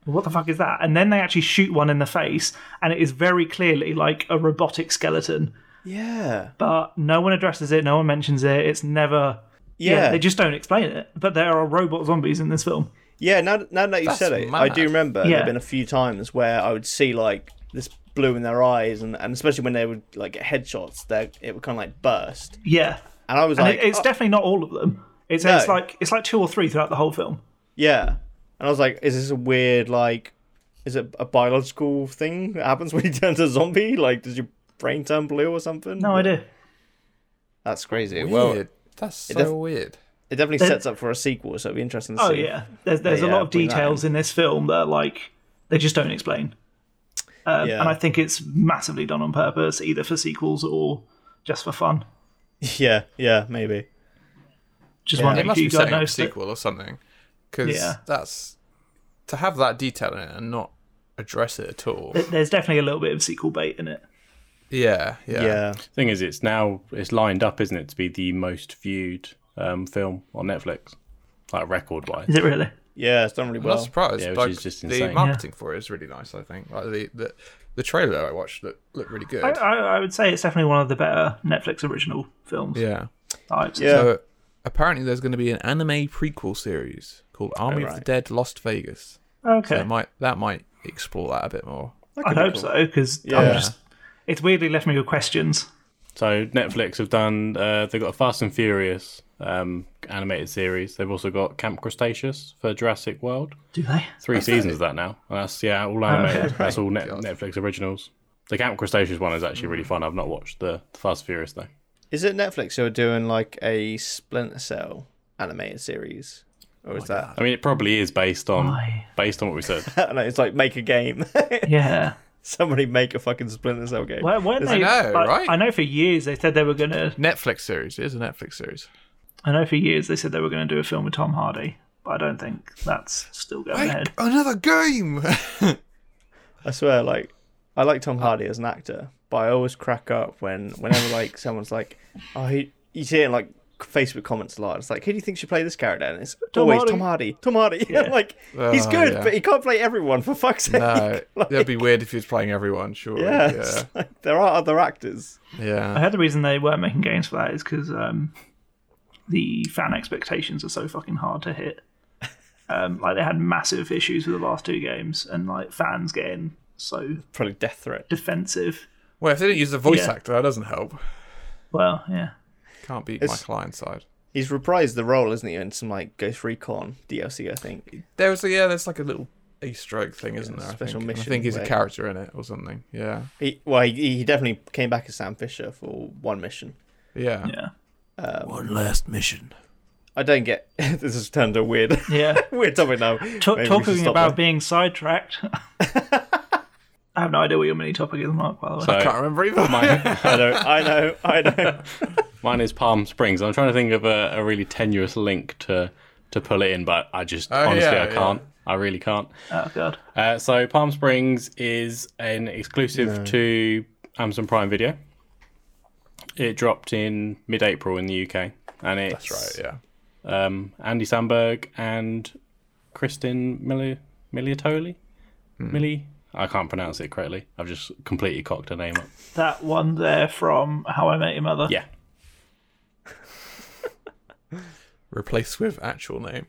"What the fuck is that?" And then they actually shoot one in the face, and it is very clearly like a robotic skeleton. Yeah. But no one addresses it. No one mentions it. It's never. Yeah. Yeah. they just don't explain it. But there are robot zombies in this film. now, now that you That's said it, I do mad. remember Yeah. there've been a few times where I would see like this blue in their eyes, and, and especially when they would like get headshots, they it would kind of like burst, Yeah, and I was and like, it, it's uh, oh, definitely not all of them. It's, No. it's like it's like two or three throughout the whole film. yeah, and I was like, is this a weird like, is it a biological thing that happens when you turn to a zombie? Like, does your brain turn blue or something? No idea. That's crazy. Well, Weird. That's so def- weird. it definitely Then- sets up for a sequel, so it'd be interesting to Oh see. yeah, there's there's a Yeah, lot of bring that details in this film that are, like they just don't explain, um, Yeah. and I think it's massively done on purpose, either for sequels or just for fun. yeah, yeah, maybe. Just They wondering if must you be guys setting up a noticed it. sequel or something. Because Yeah. that's. To have that detail in it and not address it at all. There- There's definitely a little bit of sequel bait in it. Yeah, yeah. yeah. Thing is, it's now it's lined up, isn't it, to be the most viewed um, film on Netflix, like record wise. Is it really? Yeah, it's done really I'm not well. surprised. yeah, which like, is just the insane. marketing for it is really nice, I think. Like the, the, the trailer I watched looked, looked really good. I, I, I would say it's definitely one of the better Netflix original films. yeah. types. Yeah. So apparently there's going to be an anime prequel series called Army of the right. Dead Lost Vegas. Okay. So it might that might explore that a bit more. I hope so because Yeah. it's weirdly left me with questions. So Netflix have done. Uh, they've got a Fast and Furious um, animated series. They've also got Camp Cretaceous for Jurassic World. Do they? Three seasons of that now. And that's yeah, all animated. That's all net, God. Netflix originals. The Camp Cretaceous one is actually really fun. I've not watched the, the Fast and Furious though. Is it Netflix who are doing like a Splinter Cell animated series, or is that? I mean, it probably is based on Why? based on what we said. I don't know, it's like make a game. Yeah. Somebody make a fucking Splinter Cell game. Why, why they, know, like, right? I know for years they said they were gonna Netflix series. It is a Netflix series. I know for years they said they were going to do a film with Tom Hardy, but I don't think that's still going ahead. another game. I swear, like I like Tom Hardy as an actor, but I always crack up when whenever like someone's like, oh, he, you see it in, like Facebook comments a lot. It's like, who do you think should play this character? And it's always Hardy. Tom Hardy. Tom Hardy. I'm like he's Oh, good, yeah. but he can't play everyone for fuck's sake. no, Like, that'd Uh, be weird if he was playing everyone. Sure. yeah, it's like, there are other actors. Yeah. I Yeah. heard the reason they weren't making games for that is because um, the fan expectations are so fucking hard to hit. Um, like they had massive issues with the last two games, and like fans getting so Probably death threat. defensive. Well, if they didn't use the voice Yeah. actor, that doesn't help. Well, yeah, Can't beat my It's- client side. He's reprised the role, isn't he, in some like Ghost Recon DLC, I think. There was a, yeah, there's like a little Easter egg thing, isn't there? I special think. And I mission think he's where- a character in it or something. Yeah, He, well, he, he definitely came back as Sam Fisher for one mission. yeah. Yeah. One last mission. I don't get. this has turned to a weird, Yeah. weird topic now. Ta- Maybe we should talking stop about there. being sidetracked. I have no idea what your mini topic is, Mark, by the way. Can't So remember either. mine, I know, I know, I know. mine is Palm Springs. I'm trying to think of a, a really tenuous link to to pull it in, but I just honestly Oh, yeah, I yeah. can't. I really can't. Oh, God. Uh, so Palm Springs is an exclusive to Amazon Prime Video. It dropped in mid-April in the UK, and it's That's right. Yeah. um, Andy Sandberg and Kristin Mili- Miliatoli. Hmm. Millie, I can't pronounce it correctly. I've just completely cocked her name up. That one there from How I Met Your Mother. Yeah, Replace with actual name.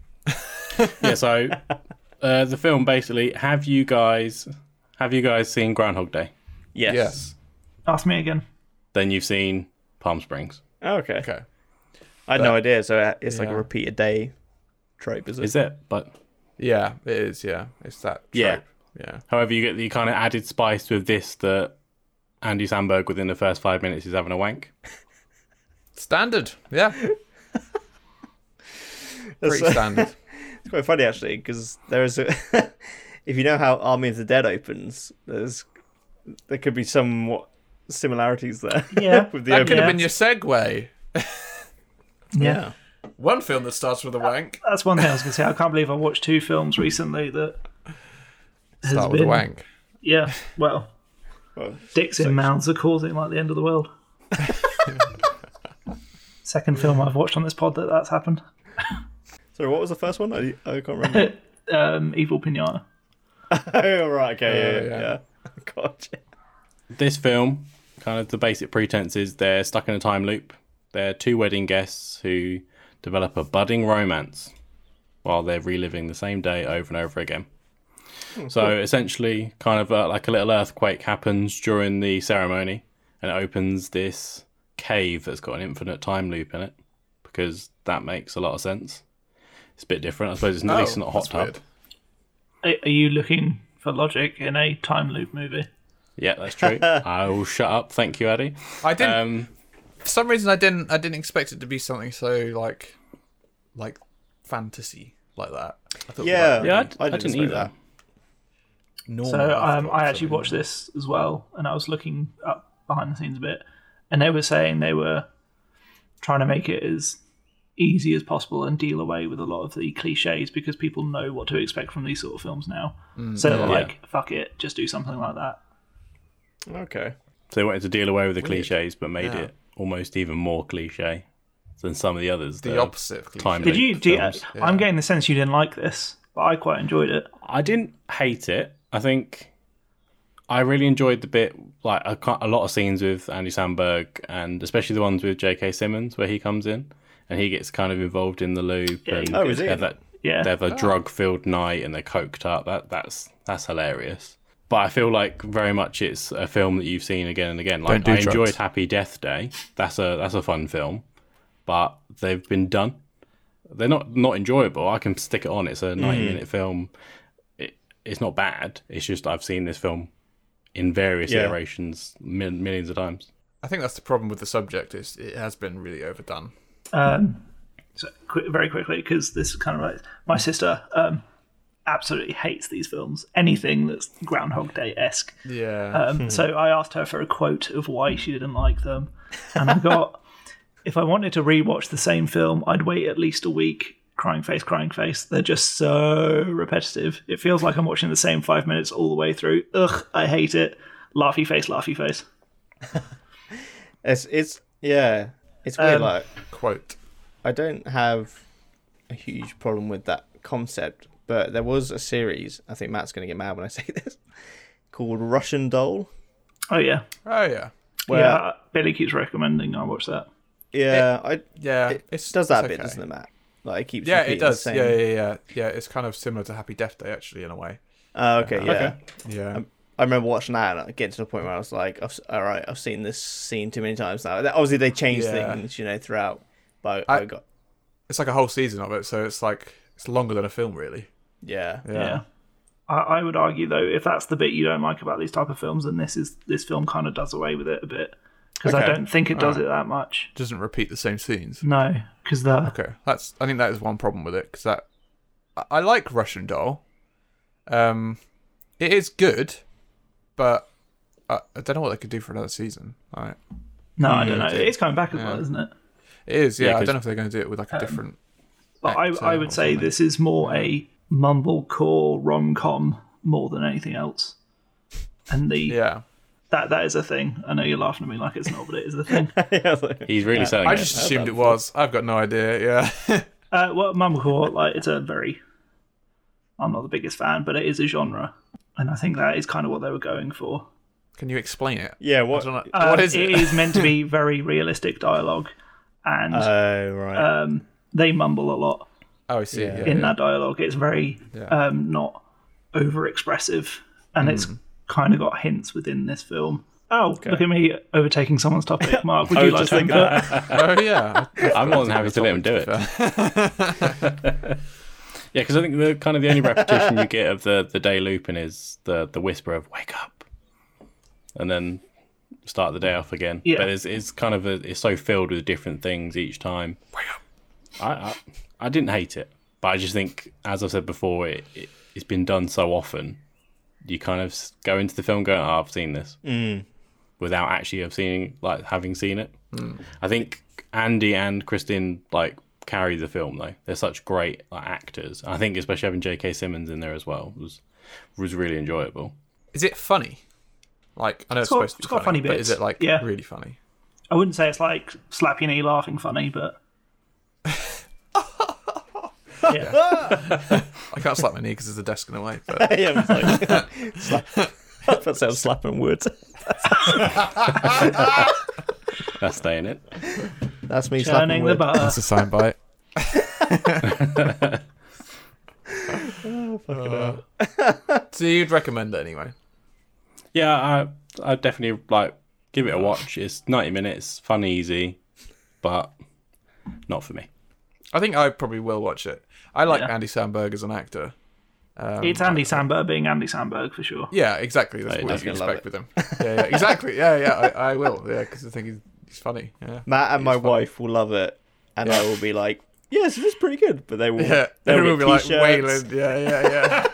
yeah. So uh, the film basically have you guys have you guys seen Groundhog Day? Yes. Yes. Ask me again. Then you've seen Palm Springs. Okay. Okay. I had no idea. So uh, it's like a Yeah. repeat a day trope, is it? Is it? But Yeah, it is. Yeah, it's that. Trope. Yeah. Yeah. However, you get the kind of added spice with this that Andy Sandberg within the first five minutes is having a wank. Standard. Yeah. Pretty That's- standard. It's quite funny actually because there is a. if you know how Army of the Dead opens, there's there could be somewhat similarities there. Yeah. with the That could have opening. Yeah. been your segue. Yeah. One film that starts with a wank. That's one thing I was going to say. I can't believe I watched two films recently that. has Start with a been- wank. Yeah, well, Well, dicks in mouths are causing like the end of the world. Second film I've watched on this pod that that's happened. Sorry, what was the first one? I, I can't remember. Um, Evil Pinata. oh right, okay, yeah, yeah. yeah. yeah. Gotcha. This film, kind of the basic pretense is they're stuck in a time loop. They're two wedding guests who develop a budding romance while they're reliving the same day over and over again. Hmm, So essentially, kind of uh, like a little earthquake happens during the ceremony and it opens this cave that's got an infinite time loop in it because that makes a lot of sense. It's a bit different. I suppose it's at least not a hot Oh, that's tub. weird. Are, are you looking for logic in a time loop movie? Yeah, that's true. I will shut up. Thank you, Addy. I didn't. Um, for some reason, I didn't. I didn't expect it to be something so like, like, fantasy like that. I thought Yeah, yeah, I, I I didn't didn't expect either. that. normal. So um, I actually watched. watched this as well, and I was looking up behind the scenes a bit, and they were saying they were trying to make it as easy as possible and deal away with a lot of the cliches because people know what to expect from these sort of films now. so they're like, "Fuck it, just do something like that." Okay. So they wanted to deal away with the cliches, but made it almost even more cliche than some of the others. the that are opposite of Time cliche. Did you? loop Do you- films. I'm getting the sense you didn't like this, but I quite enjoyed it. I didn't hate it. I think I really enjoyed the bit, like a, cu- a lot of scenes with Andy Sandberg, and especially the ones with J.K. Simmons, where he comes in and he gets kind of involved in the loop. and Oh, is he? they have that- Yeah, they have a drug filled night and they're coked up. That that's that's hilarious. But I feel like very much it's a film that you've seen again and again. Like Don't do I enjoyed drugs. Happy Death Day. That's a that's a fun film, but they've been done. They're not not enjoyable. I can stick it on. It's a Mm. ninety minute film. It, it's not bad. It's just I've seen this film in various Yeah. iterations mil- millions of times. I think that's the problem with the subject. Is it has been really overdone. um, so qu- very quickly because this kind of like my sister um, absolutely hates these films. Anything that's Groundhog Day esque. Yeah. Um, so I asked her for a quote of why she didn't like them, and I got if I wanted to rewatch the same film, I'd wait at least a week. Crying face, crying face. They're just so repetitive. It feels like I'm watching the same five minutes all the way through. Ugh, I hate it. Laughy face, laughy face. It's it's yeah. It's weird. Um, like Quote. I don't have a huge problem with that concept, but there was a series. I think Matt's going to get mad when I say this. Called Russian Doll. Oh yeah, Oh yeah. Where, yeah. Billy keeps recommending I watch that. yeah, I Yeah. it it's, does that it's bit, okay. doesn't it, Matt? Like it keeps Yeah, it repeating the does. Yeah, same- yeah, yeah, yeah. It's kind of similar to Happy Death Day, actually, in a way. Oh, okay, yeah. Yeah. I remember watching that and getting to the point where I was like, I've, all right, I've seen this scene too many times now. That- Obviously, they changed Yeah. things, you know, throughout, but I, I- got it's like a whole season of it, so it's like it's longer than a film, really. Yeah. Yeah. I, I would argue though, if that's the bit you don't like about these type of films, then this is this film kind of does away with it a bit because I Okay. don't think it does it that much. doesn't repeat the same scenes. No, because the Okay, that's I think that is one problem with it because that I, I like Russian Doll. Um, it is good, but I, I don't know what they could do for another season. Like, no, I don't know. It's coming back as well, isn't it? it is, yeah. I 'cause- don't know if they're going to do it with like a different. But I, Actor I would or say something. this is more a mumblecore rom com more than anything else. And the Yeah, that that is a thing. I know you're laughing at me like it's not, but it is a thing. Yeah, like- He's really selling I it. just assumed it was. I've got no idea. Yeah, Uh, well, mumblecore, like it's a very. I'm not the biggest fan, but it is a genre, and I think that is kind of what they were going for. can you explain it? yeah. What? I don't know. Um, what is It is meant to be very realistic dialogue, and Uh, Oh right. um, they mumble a lot Oh, I see. Yeah, in yeah. that dialogue. It's very um, not over expressive, and it's kind of got hints within this film. Oh, look at me overtaking someone's topic. Mark, would you like to input? Oh, yeah. I'm more than happy to let him do it. yeah, because I think the kind of the only repetition you get of the the day looping is the the whisper of "wake up," and then start the day off again. Yeah. But it's it's kind of a, it's so filled with different things each time. Wake up. I, I I didn't hate it, but I just think, as I said before, it, it it's been done so often. You kind of s- go into the film going, oh, "I've seen this," without actually have seen like having seen it. I think Andy and Christine like carry the film though. They're such great like, actors. I think especially having J.K. Simmons in there as well was was really enjoyable. Is it funny? Like I know it's, got- supposed to be it's got funny, funny but bits. is it like Yeah. really funny? I wouldn't say it's like slap your knee laughing funny, but yeah. I can't slap my knee because there's a desk in the way. But yeah, I'm like, slap. That sounds slapping wood. That's staying it. That's me slapping turning the wood. butter. that's a soundbite. Oh, Uh, so you'd recommend it anyway? Yeah, I I definitely like give it a watch. It's ninety minutes, fun, easy, but not for me. I think I probably will watch it. I like Yeah. Andy Samberg as an actor. It's Andy Sandberg being Andy Sandberg for sure. Yeah, exactly. Oh, That's Hey, what that's you gonna love expect with him. Yeah, yeah, exactly. Yeah, yeah. I, I will. Yeah, because I think he's, he's funny. Yeah. Matt and my wife will love it, and I will be like, "Yes, it is pretty good." But they will. Yeah, they everyone will be like t-shirts. Wayland. Yeah, yeah, yeah.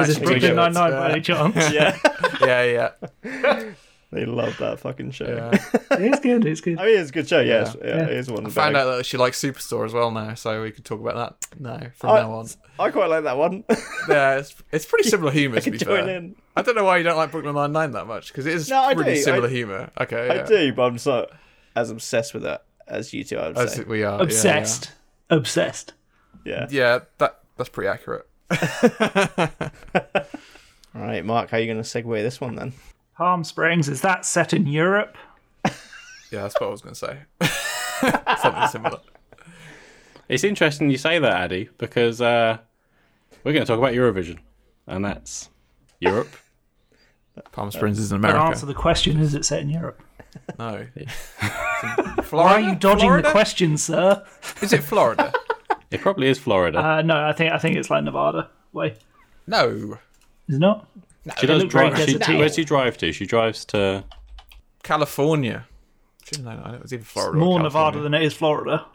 Is this Matching Brooklyn Nine t-shirts, Nine by uh, any chance? Yeah, Yeah, yeah, yeah. they love that fucking show. yeah. it's good. It's good. I mean, it's a good show. Yeah, it's- yeah, it is one. Of the Found better- out that she likes Superstore as well now, so we can talk about that now from I- now on. I quite like that one. Yeah, it's, it's pretty similar humour. to can be join fair. in. I don't know why you don't like Brooklyn Nine Nine that much because it is No, I really do. similar I- humour. Okay, yeah. I do, but I'm just not as obsessed with it as you two. I would That's say. it, we are yeah, Obsessed. Obsessed. Yeah. Yeah, Yeah, that that's pretty accurate. All right, Mark, how are you going to segue this one then? Palm Springs is that set in Europe? Yeah, that's what I was going to say. Something similar. It's interesting you say that, Addy, because uh, we're going to talk about Eurovision, and that's Europe. Palm Springs is in Don't America. answer the question. Is it set in Europe? No, Why Florida. are you dodging Florida? the question, sir? Is it Florida? it probably is Florida. Uh, no, I think I think it's like Nevada. Wait, no, is it not? she does looked very drive. She, deserty. where's she drive to? She drives to California. Should've known that. It was either Florida. or More California. Nevada than it is Florida.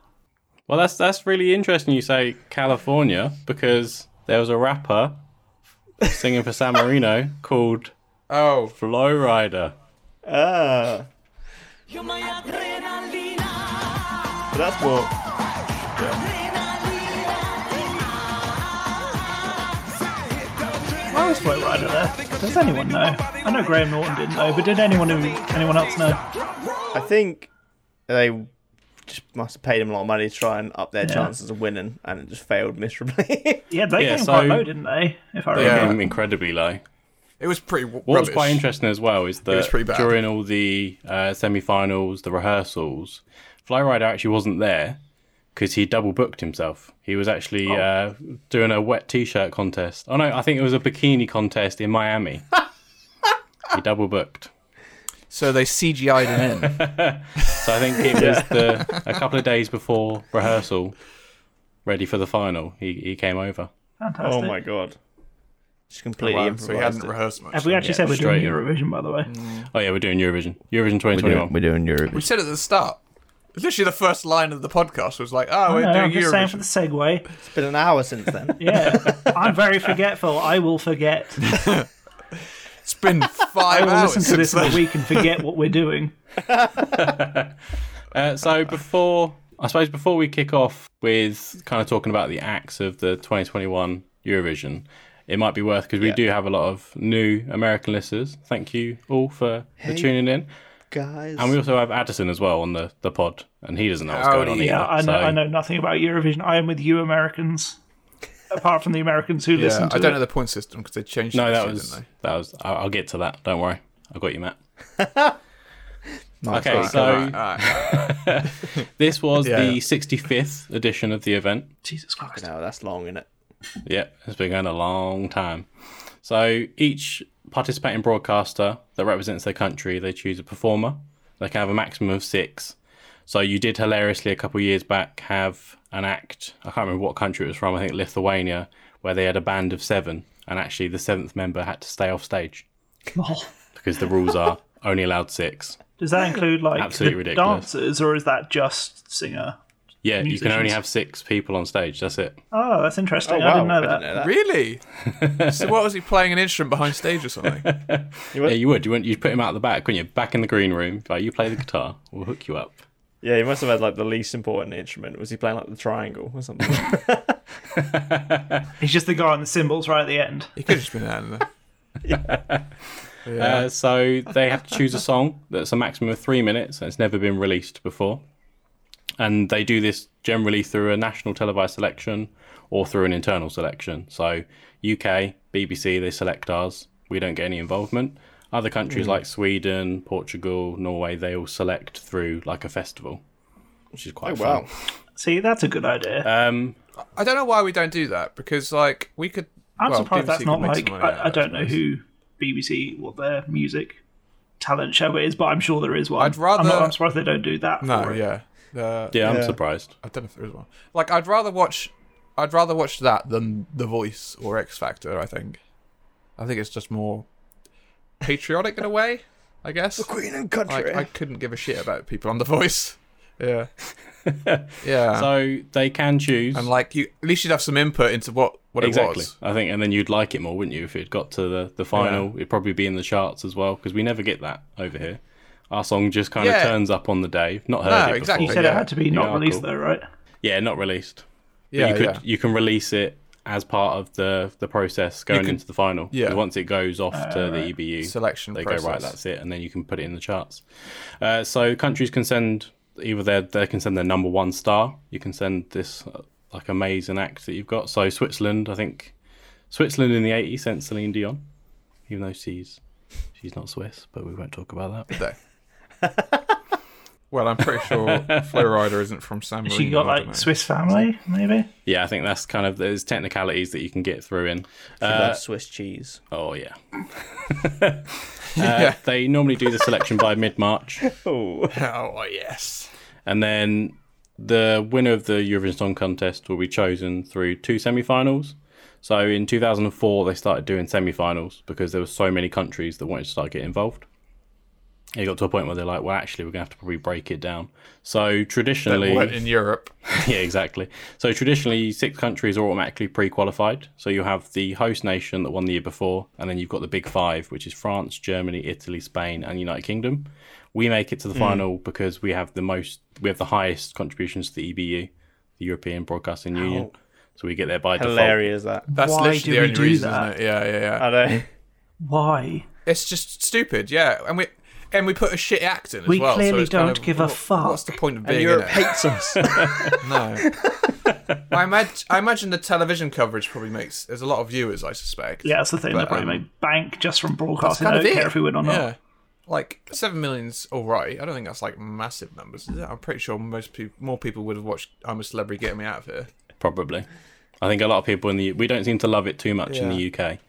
Well, that's that's really interesting. You say California because there was a rapper singing for San Marino called Oh, Flow Rider. Ah, You're my adrenalina, but that's more. Why was Flow Rider there? Does anyone know? I know Graham Norton didn't know, but did anyone anyone else know? I think they just must have paid him a lot of money to try and up their chances of winning, and it just failed miserably. Yeah, they Yeah, came so- quite low, didn't they? If I remember. Um, incredibly low. it was pretty. What was quite interesting as well is was that pretty bad. during all the uh, semi-finals, the rehearsals, Flow Rider actually wasn't there because he double booked himself. He was actually Oh. uh, doing a wet t-shirt contest. Oh no, I think it was a bikini contest in Miami. he double booked. So they CGI'd him in. So I think it was the a couple of days before rehearsal, ready for the final. He he came over. Fantastic. Oh my god. Just completely Oh, Wow, so he improvised. hadn't it. rehearsed much. Have we actually said we're doing straight in. Eurovision, by the way? Mm. Oh yeah, we're doing Eurovision. Eurovision We're twenty twenty doing, one. we're doing Europe. We said at the start. Literally, the first line of the podcast was like, "Oh, we're No, doing I'm just saying Eurovision." for the segue. It's been an hour since then. Yeah, I'm very forgetful. I will forget. It's been I five will hours listen to since this in a then. week and forget what we're doing. Uh, so before I suppose before we kick off with kind of talking about the acts of the 2021 Eurovision, it might be worth because we do have a lot of new American listeners. Thank you all for, for tuning in, Guys. and we also have Addison as well on the, the pod, and he doesn't know what's going on Howdy. either. Yeah, I know, so I know nothing about Eurovision. I am with you Americans, apart from the Americans who Yeah, listen to I don't it. know the point system because they changed. No, it that this year, was didn't that was. I- I'll get to that. Don't worry, I got you, Matt. Nice. Okay, Right. so they? All right, this was Yeah, the yeah. 65th edition of the event. Jesus Christ. No, that's long, isn't it? Yeah, it's been going a long time. So each participating broadcaster that represents their country, they choose a performer. They can have a maximum of six. So you did hilariously a couple of years back have an act. I can't remember what country it was from. I think Lithuania, where they had a band of seven, and actually the seventh member had to stay off stage Oh. because the rules are only allowed six. Does that include like Absolutely the ridiculous. dancers, or is that just singer? Yeah, you can only Musicians. have six people on stage. That's it. Oh, that's interesting. wow, I didn't know that. really? so, what was he playing an instrument behind stage or something? Yeah, you would. You wouldn't. You'd put him out the back, wouldn't you? Back in the green room. Like, you play the guitar. We'll hook you up. Yeah, he must have had like the least important instrument. Was he playing like the triangle or something? He's just the guy on the cymbals right at the end. He could have just been out in there. Uh, so they have to choose a song that's a maximum of three minutes and it's never been released before. And they do this generally through a national televised selection or through an internal selection. So UK, BBC, they select ours. We don't get any involvement. Other countries like Sweden, Portugal, Norway, they all select through like a festival, which is quite fun. wow. See, that's a good idea. Um, I don't know why we don't do that because, like, we could. I'm well, surprised BBC that's could not make some like money out of I, I that, don't know suppose. who BBC what their music talent show is, but I'm sure there is one. I'd rather- I'm, not, I'm surprised they don't do that. No, for it. yeah. Uh, yeah, I'm Yeah. surprised. I don't know if there is one. Like, I'd rather watch, I'd rather watch that than The Voice or X Factor. I think, I think it's just more patriotic in a way. I guess. Queen and Like, Uh, I couldn't give a shit about people on The Voice. Yeah. yeah. So they can choose. Uh. and like, you at least you'd have some input into what what it Exactly. was. I think, and then you'd like it more, wouldn't you? If it got to the, the final, it'd probably be in the charts as well because we never get that over here. Our song just kind of Yeah. turns up on the day. Not heard No, it before. exactly. You said it Yeah. had to be not Yeah, released cool. though, right? Yeah, not released. But Yeah. you could yeah. you can release it as part of the the process going could- into the final. 'Cause yeah. Once it goes off to the EBU Selection they process. go right. That's it, and then you can put it in the charts. Uh, so countries can send either their they can send their number one star. You can send this uh, like amazing act that you've got. So Switzerland, I think Switzerland in the '80s sent Celine Dion, even though she's she's not Swiss, but we won't talk about that. Day. well, I'm pretty sure Flow Rider isn't from San Marino. She got I don't know. like Swiss family, maybe. yeah, I think that's kind of there's technicalities that you can get through in. Swiss cheese. Oh yeah. Uh, yeah. They normally do the selection by mid March. Oh, Oh yes. And then the winner of the Eurovision Song Contest will be chosen through two semi-finals. So in 2004, they started doing semi-finals because there were so many countries that wanted to start getting involved. It got to a point where they're like, well, actually, we're going to have to probably break it down. So traditionally, Went in Europe. yeah, exactly. So traditionally, six countries are automatically pre-qualified. So you have the host nation that won the year before, and then you've got the big five, which is France, Germany, Italy, Spain, and United Kingdom. We make it to the final because we have the most, we have the highest contributions to the EBU, the European Broadcasting Union. So we get there by default. hilarious that. That's Why literally the do we only do reason, that? isn't it? Yeah, yeah, yeah. I don't. Why? it's just stupid, yeah. And we and we put a shit act in as We well. so clearly it's kind don't of, give a what- fuck. What's the point of being in Europe it? hates us. No. I, imag- I imagine the television coverage probably makes there's a lot of viewers, I suspect. Yeah, that's the thing. They But, probably um, make bank just from broadcasting. I kind of don't it. care if we win or not. Yeah. Like seven million's all right. I don't think that's like massive numbers. Is it? I'm pretty sure most people, more people would have watched "I'm a Celebrity, Get Me Out of Here." Probably. I think a lot of people in the we don't seem to love it too much in Yeah. the UK. It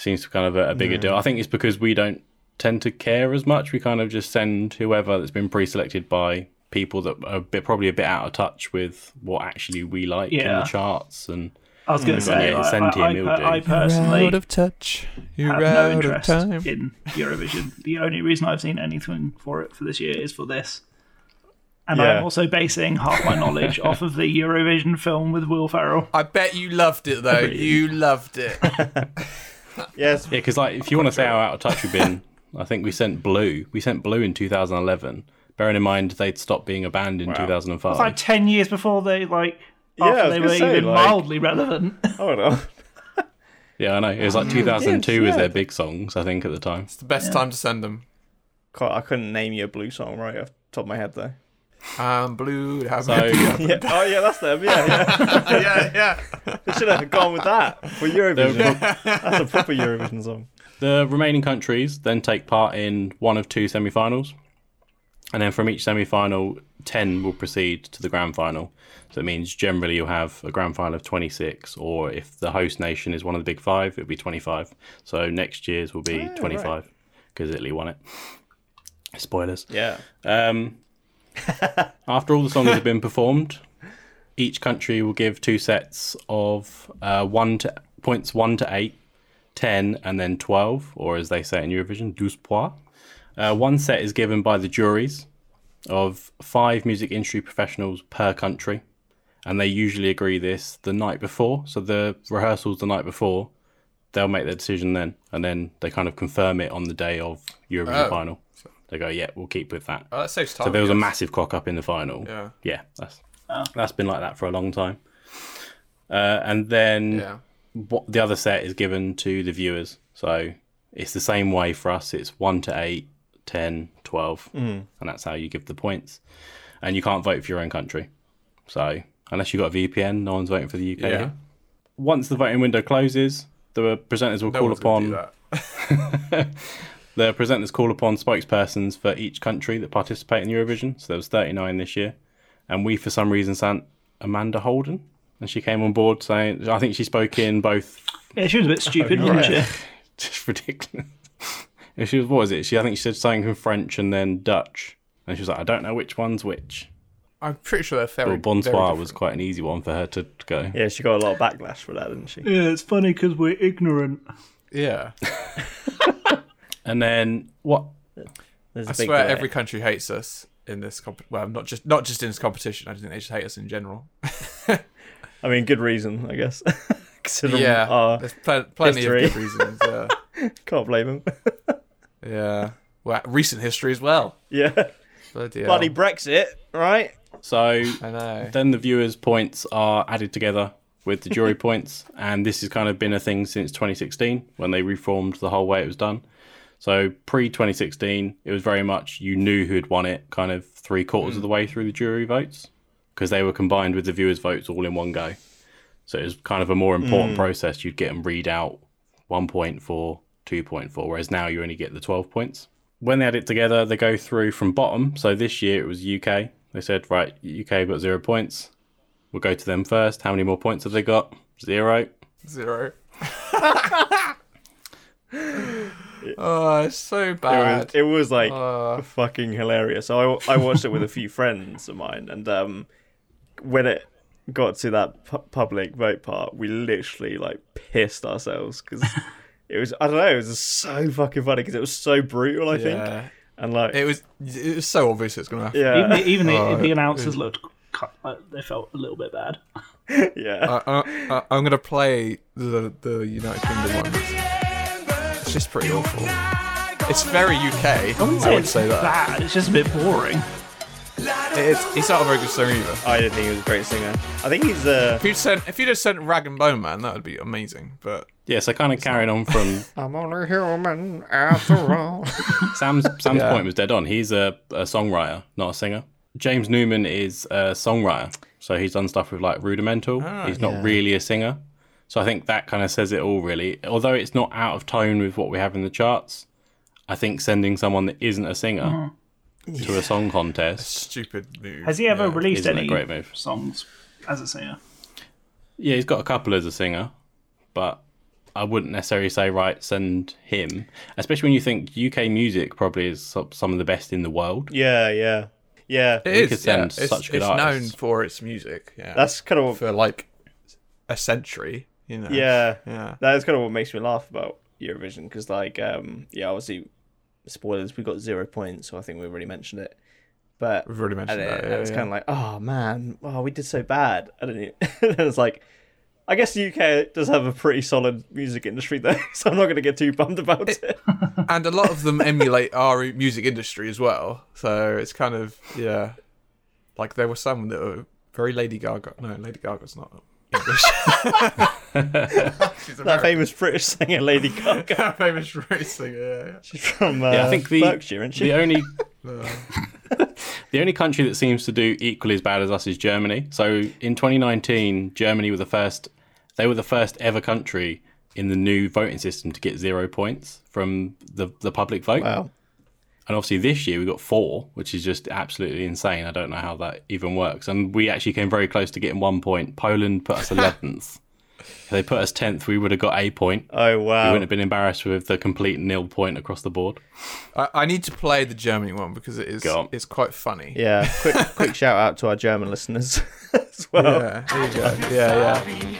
seems to kind of a, a bigger deal. I think it's because we don't tend to care as much. We kind of just send whoever that's been pre-selected by people that are a bit, probably a bit out of touch with what actually we like in Yeah. the charts and I was going to say, yeah, like, Sentium, I, I, it'll per- do. I personally out of touch. You're have out no interest of time. in Eurovision. The only reason I've seen anything for it for this year is for this. And Yeah. I'm also basing half my knowledge off of the Eurovision film with Will Ferrell. I bet you loved it though. You loved it. Yes, yeah, because like if you want to say how out of touch we've been, I think we sent Blue. We sent Blue in 2011. Bearing in mind they'd stopped being a band in 2005. It's like 10 years before they, like, after I was they gonna were say, even like- mildly relevant. hold on. Yeah, I know. It was like 2002 yes, was yeah. their big songs, I think, at the time. It's the best time to send them. God, I couldn't name you a blue song right off the top of my head though. I'm Um, blue. Have So Yeah. Oh yeah, that's them. Yeah, yeah. yeah, yeah. They should have gone with that for Eurovision. that's a proper Eurovision song. the remaining countries then take part in one of two semi-finals, and then from each semi-final, ten will proceed to the grand final. So it means generally you'll have a grand final of 26, or if the host nation is one of the big five, it'll be 25. So next year's will be 25 because Italy won it. Spoilers. Yeah. Um, after all the songs have been performed, each country will give two sets of uh, one to points one to eight, ten, and then twelve, or as they say in Eurovision, douze points. Uh, one set is given by the juries of five music industry professionals per country, and they usually agree this the night before. So the rehearsals the night before, they'll make their decision then, and then they kind of confirm it on the day of Eurovision Oh. final. They go, yeah, we'll keep with that. Oh, that saves time. So there I was a guess. massive cock up in the final. Yeah. that's that's been like that for a long time. Uh, and then Yeah. what the other set is given to the viewers. So it's the same way for us. It's 1 to 8, 10, 12. Hmm. And that's how you give the points. And you can't vote for your own country. So unless you've got a VPN, no one's voting for the UK. Yeah. here. Once the voting window closes, the presenters will No call one's gonna do upon that. the presenters call upon spokespersons for each country that participate in Eurovision. So there was 39 this year, and we for some reason sent Amanda Holden, and she came on board saying, I think she spoke in both. Yeah, she was a bit stupid, wasn't she? Just ridiculous. And she was what was it? She I think she said something in French and then Dutch, and she was like, I don't know which one's which. I'm pretty sure they're very, But Bonsoir very was quite an easy one for her to go. Yeah, she got a lot of backlash for that, didn't she? Yeah, it's funny because we're ignorant. different. Yeah. And then what? There's a I big swear delay. every country hates us in this comp- well not just not just in this competition I just think they just hate us in general I mean, good reason, I guess. Considering, yeah uh, there's pl- plenty history. of good reasons yeah can't blame him. yeah well, recent history as well yeah. bloody, hell. bloody Brexit, right? So I know Then the viewers' points are added together with the jury points, and this has kind of been a thing since 2016 when they reformed the whole way it was done. So pre 2016, it was very much you knew who had won it, kind of three quarters of the way through the jury votes, because they were combined with the viewers' votes all in one go. So it was kind of a more important process. You'd get them read out one point four, two point four, whereas now you only get the 12 points when they add it together, they go through from bottom. So this year it was UK. They said, right, UK got zero points. We'll go to them first. How many more points have they got? Zero. zero oh it's so It was, bad Uh. it was like fucking hilarious. I, I watched it with a few friends of mine, and um, when it got to that pu- public vote part, we literally like pissed ourselves because it was I don't know, it was just so fucking funny because it was so brutal. I think, yeah and like it was it was so obvious it's gonna happen Even yeah, the, even the, the announcers looked, cu- like, they felt a little bit bad. yeah. I, I, I, I'm gonna play the the United Kingdom one it's just pretty awful it's very UK I would it's say that bad. It's just a bit boring. it's, it's not a very good song either I didn't think he was a great singer. I think he's uh, If you'd sent if you'd have sent Rag and Bone Man, that would be amazing. But Yeah, so kind of carrying on from I'm only human after all. Sam's Sam's Yeah. point was dead on. He's a, a songwriter, not a singer. James Newman is a songwriter, so he's done stuff with like Rudimental. he's not really a singer, so I think that kind of says it all, really. Although it's not out of tone with what we have in the charts, I think sending someone that isn't a singer to a song contest stupid move. Has he ever Yeah. released isn't any a great move. songs as a singer? Yeah, he's got a couple as a singer, but I wouldn't necessarily say right send him, especially when you think UK music probably is so- some of the best in the world. Yeah, yeah. Yeah, It We is, could send yeah. It's- such good it's, known artists. for its music. Yeah, that's kind of for like a century. You know. yeah, Yeah. That is kind of what makes me laugh about Eurovision because, like, um, yeah, obviously, spoilers. We got zero points, so I think we already mentioned it. But We've already mentioned and that. it- yeah, it's yeah. kind of like, oh man, oh we did so bad. I don't. Even... and it's like, I guess the UK does have a pretty solid music industry though, so I'm not going to get too bummed about it. and a lot of them emulate our music industry as well. So it's kind of yeah, like there were some that were very Lady Gaga. No, Lady Gaga's not English. She's a that famous British singer, Lady Gaga, famous race singer. Yeah, yeah. she's from uh, Yeah, I think the- Berkshire, isn't she? The only the only country that seems to do equally as bad as us is Germany. So in 2019, Germany were the first. They were the first ever country in the new voting system to get zero points from the the public vote. Wow. And obviously this year we got four, which is just absolutely insane. I don't know how that even works. And we actually came very close to getting one point. Poland put us eleventh. if they put us tenth, we would have got a point. Oh We wow. wouldn't have been embarrassed with the complete nil point across the board. I, I need to play the Germany one because it is Go on. it's quite funny. Yeah. Quick, quick shout out to our German listeners as well. Yeah, there you go. Yeah, yeah.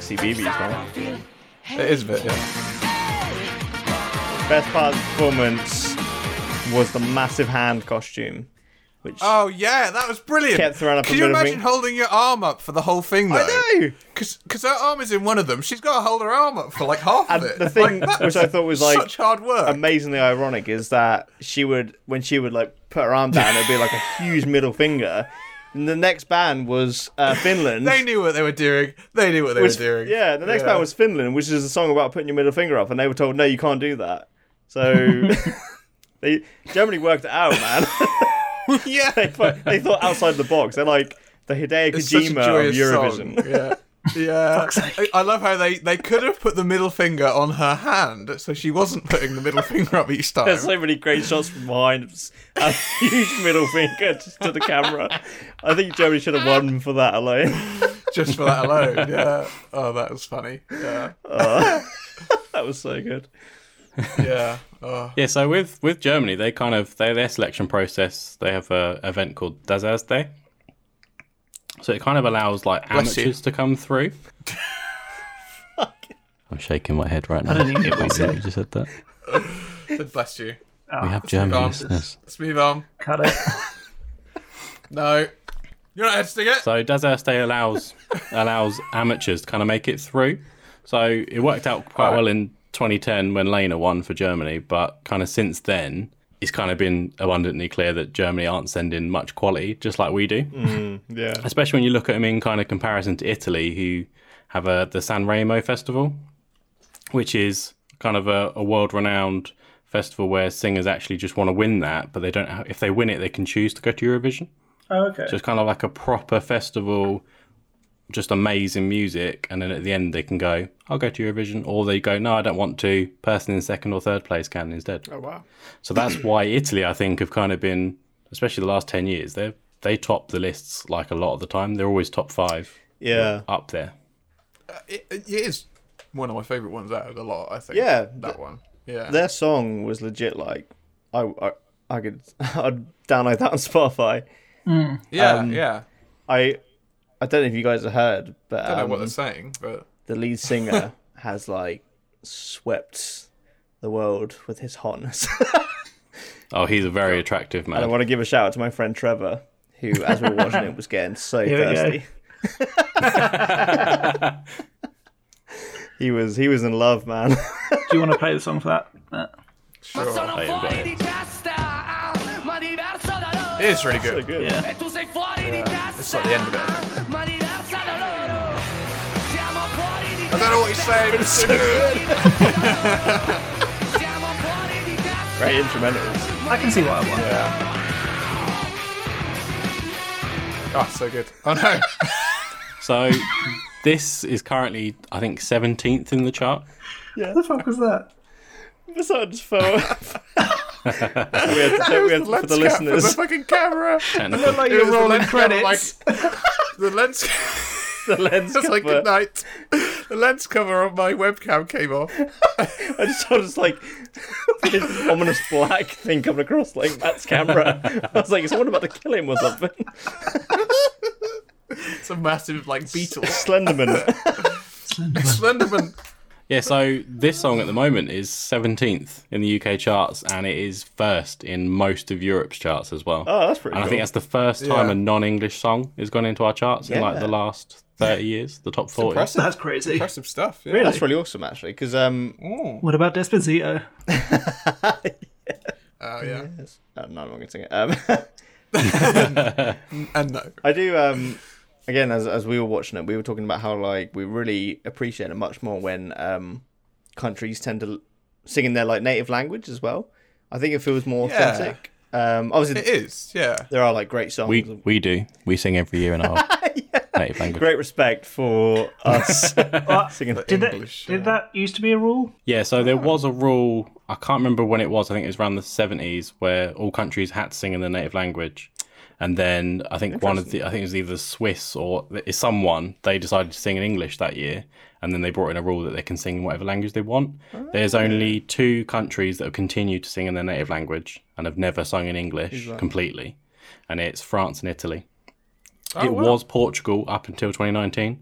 Sexy BBs, man. It is a bit. Yeah. Best part of the performance was the massive hand costume, which Oh yeah, that was brilliant. Kept throwing up a Can you bit of imagine me- holding your arm up for the whole thing? Though? I know. Because her arm is in one of them. She's got to hold her arm up for like half And of it. the thing Like, which I thought was like such hard work. amazingly ironic is that she would when she would like put her arm down, it'd be like a huge middle finger. And the next band was uh, Finland. They knew what they were doing. They knew what they which- were doing. Yeah, the next band was Finland, which is a song about putting your middle finger up, and they were told no, you can't do that. So they Germany worked it out, man. yeah. they, fu- they thought outside the box. They're like the Hideo It's such a Kojima of joyous Eurovision. song. Yeah. Yeah, I, I love how they, they could have put the middle finger on her hand, so she wasn't putting the middle finger up each time. There's so many great shots from behind. A huge middle finger just to the camera. I think Germany should have won for that alone. just for that alone. Yeah. Oh, that was funny. Yeah. That was so good. Yeah. Oh. Yeah, so with with Germany, they kind of they their selection process. They have a event called Das Erste, so it kind of allows like Bless you. amateurs to come through. I'm shaking my head right now. I don't even get what you can't believe said. You just said that. God Bless you. We have German gone. listeners. Let's move on. Cut it. No. You're not editing it. So Does Earth Day allows allows amateurs to kind of make it through. So it worked out quite well in 2010 when Lena won for Germany, but kind of since then, it's kind of been abundantly clear that Germany aren't sending much quality, just like we do. Yeah. Especially when you look at them in kind of comparison to Italy, who have a, the San Remo Festival, which is kind of a, a world renowned festival where singers actually just want to win that, but they don't. Have, if they win it, they can choose to go to Eurovision. Oh, okay. So it's kind of like a proper festival, just amazing music, and then at the end they can go, I'll go to Eurovision, or they go, No, I don't want to. Person in second or third place can instead. Oh wow. So that's why Italy, I think, have kind of been, especially the last ten years, they they top the lists like a lot of the time. They're always top five Yeah. up there. it. It is one of my favourite ones out of the lot, I think. Yeah. That one. Yeah. Their song was legit. Like, I I, I could I'd download that on Spotify. yeah. um, yeah. I I don't know if you guys have heard, but I don't know what um, they're saying, but the lead singer has like swept the world with his hotness. Oh, he's a very attractive I man. want to give a shout out to my friend Trevor, who, as we were watching it, was getting so Here we go. thirsty. he was he was in love, man. Do you want to play the song for that? Uh, Sono fuori di testa, ma diverso da loro. it is really good. so good. Yeah. E tu sei fuori di it's testa, not the end of ma diversa da loro. Siamo fuori di I don't know what he's saying. It's so good. testa, siamo fuori di testa. Great instrumentals. I can see why I won. Oh, so good. Oh no. So this is currently, I think, seventeenth in the chart. What the fuck was that? The sun just fell off. we had to, we had to- for the the listeners. fucking camera. Technical. Like It was you're the rolling lens cover, credits. The lens. the lens It's like cover. good night. the lens cover on my webcam came off. I just saw this like this ominous black thing coming across like Matt's camera. I was like, is someone about to kill him or something? It's a massive like beetle. Slenderman. Slenderman. Yeah, so this song at the moment is 17th in the UK charts and it is first in most of Europe's charts as well. Oh, that's pretty and I cool. think that's the first time Yeah. a non English song has gone into our charts in like Yeah. the last 30 years, the top 40. Impressive. That's crazy. Impressive stuff. Yeah. That's really awesome, actually, because um, What about Despacito? Oh yeah. oh, no, I'm not going to sing it. Um, And no. I do. Um, again, as as we were watching it, we were talking about how like we really appreciate it much more when um, countries tend to l- sing in their like native language as well. I think it feels more Yeah. authentic. Um, obviously, It is. Yeah. there are like great songs. We, and we do. We sing every year in our native language. Great respect for us singing. Did that, English, did that used to be a rule? Yeah, so Oh. there was a rule, I can't remember when it was, I think it was around the 70s, where all countries had to sing in their native language. And then I think one of the, I think it was either Swiss or it's someone, they decided to sing in English that year. And then they brought in a rule that they can sing in whatever language they want. There's Oh. only two countries that have continued to sing in their native language and have never sung in English completely. And it's France and Italy. Oh, it was Portugal up until 2019.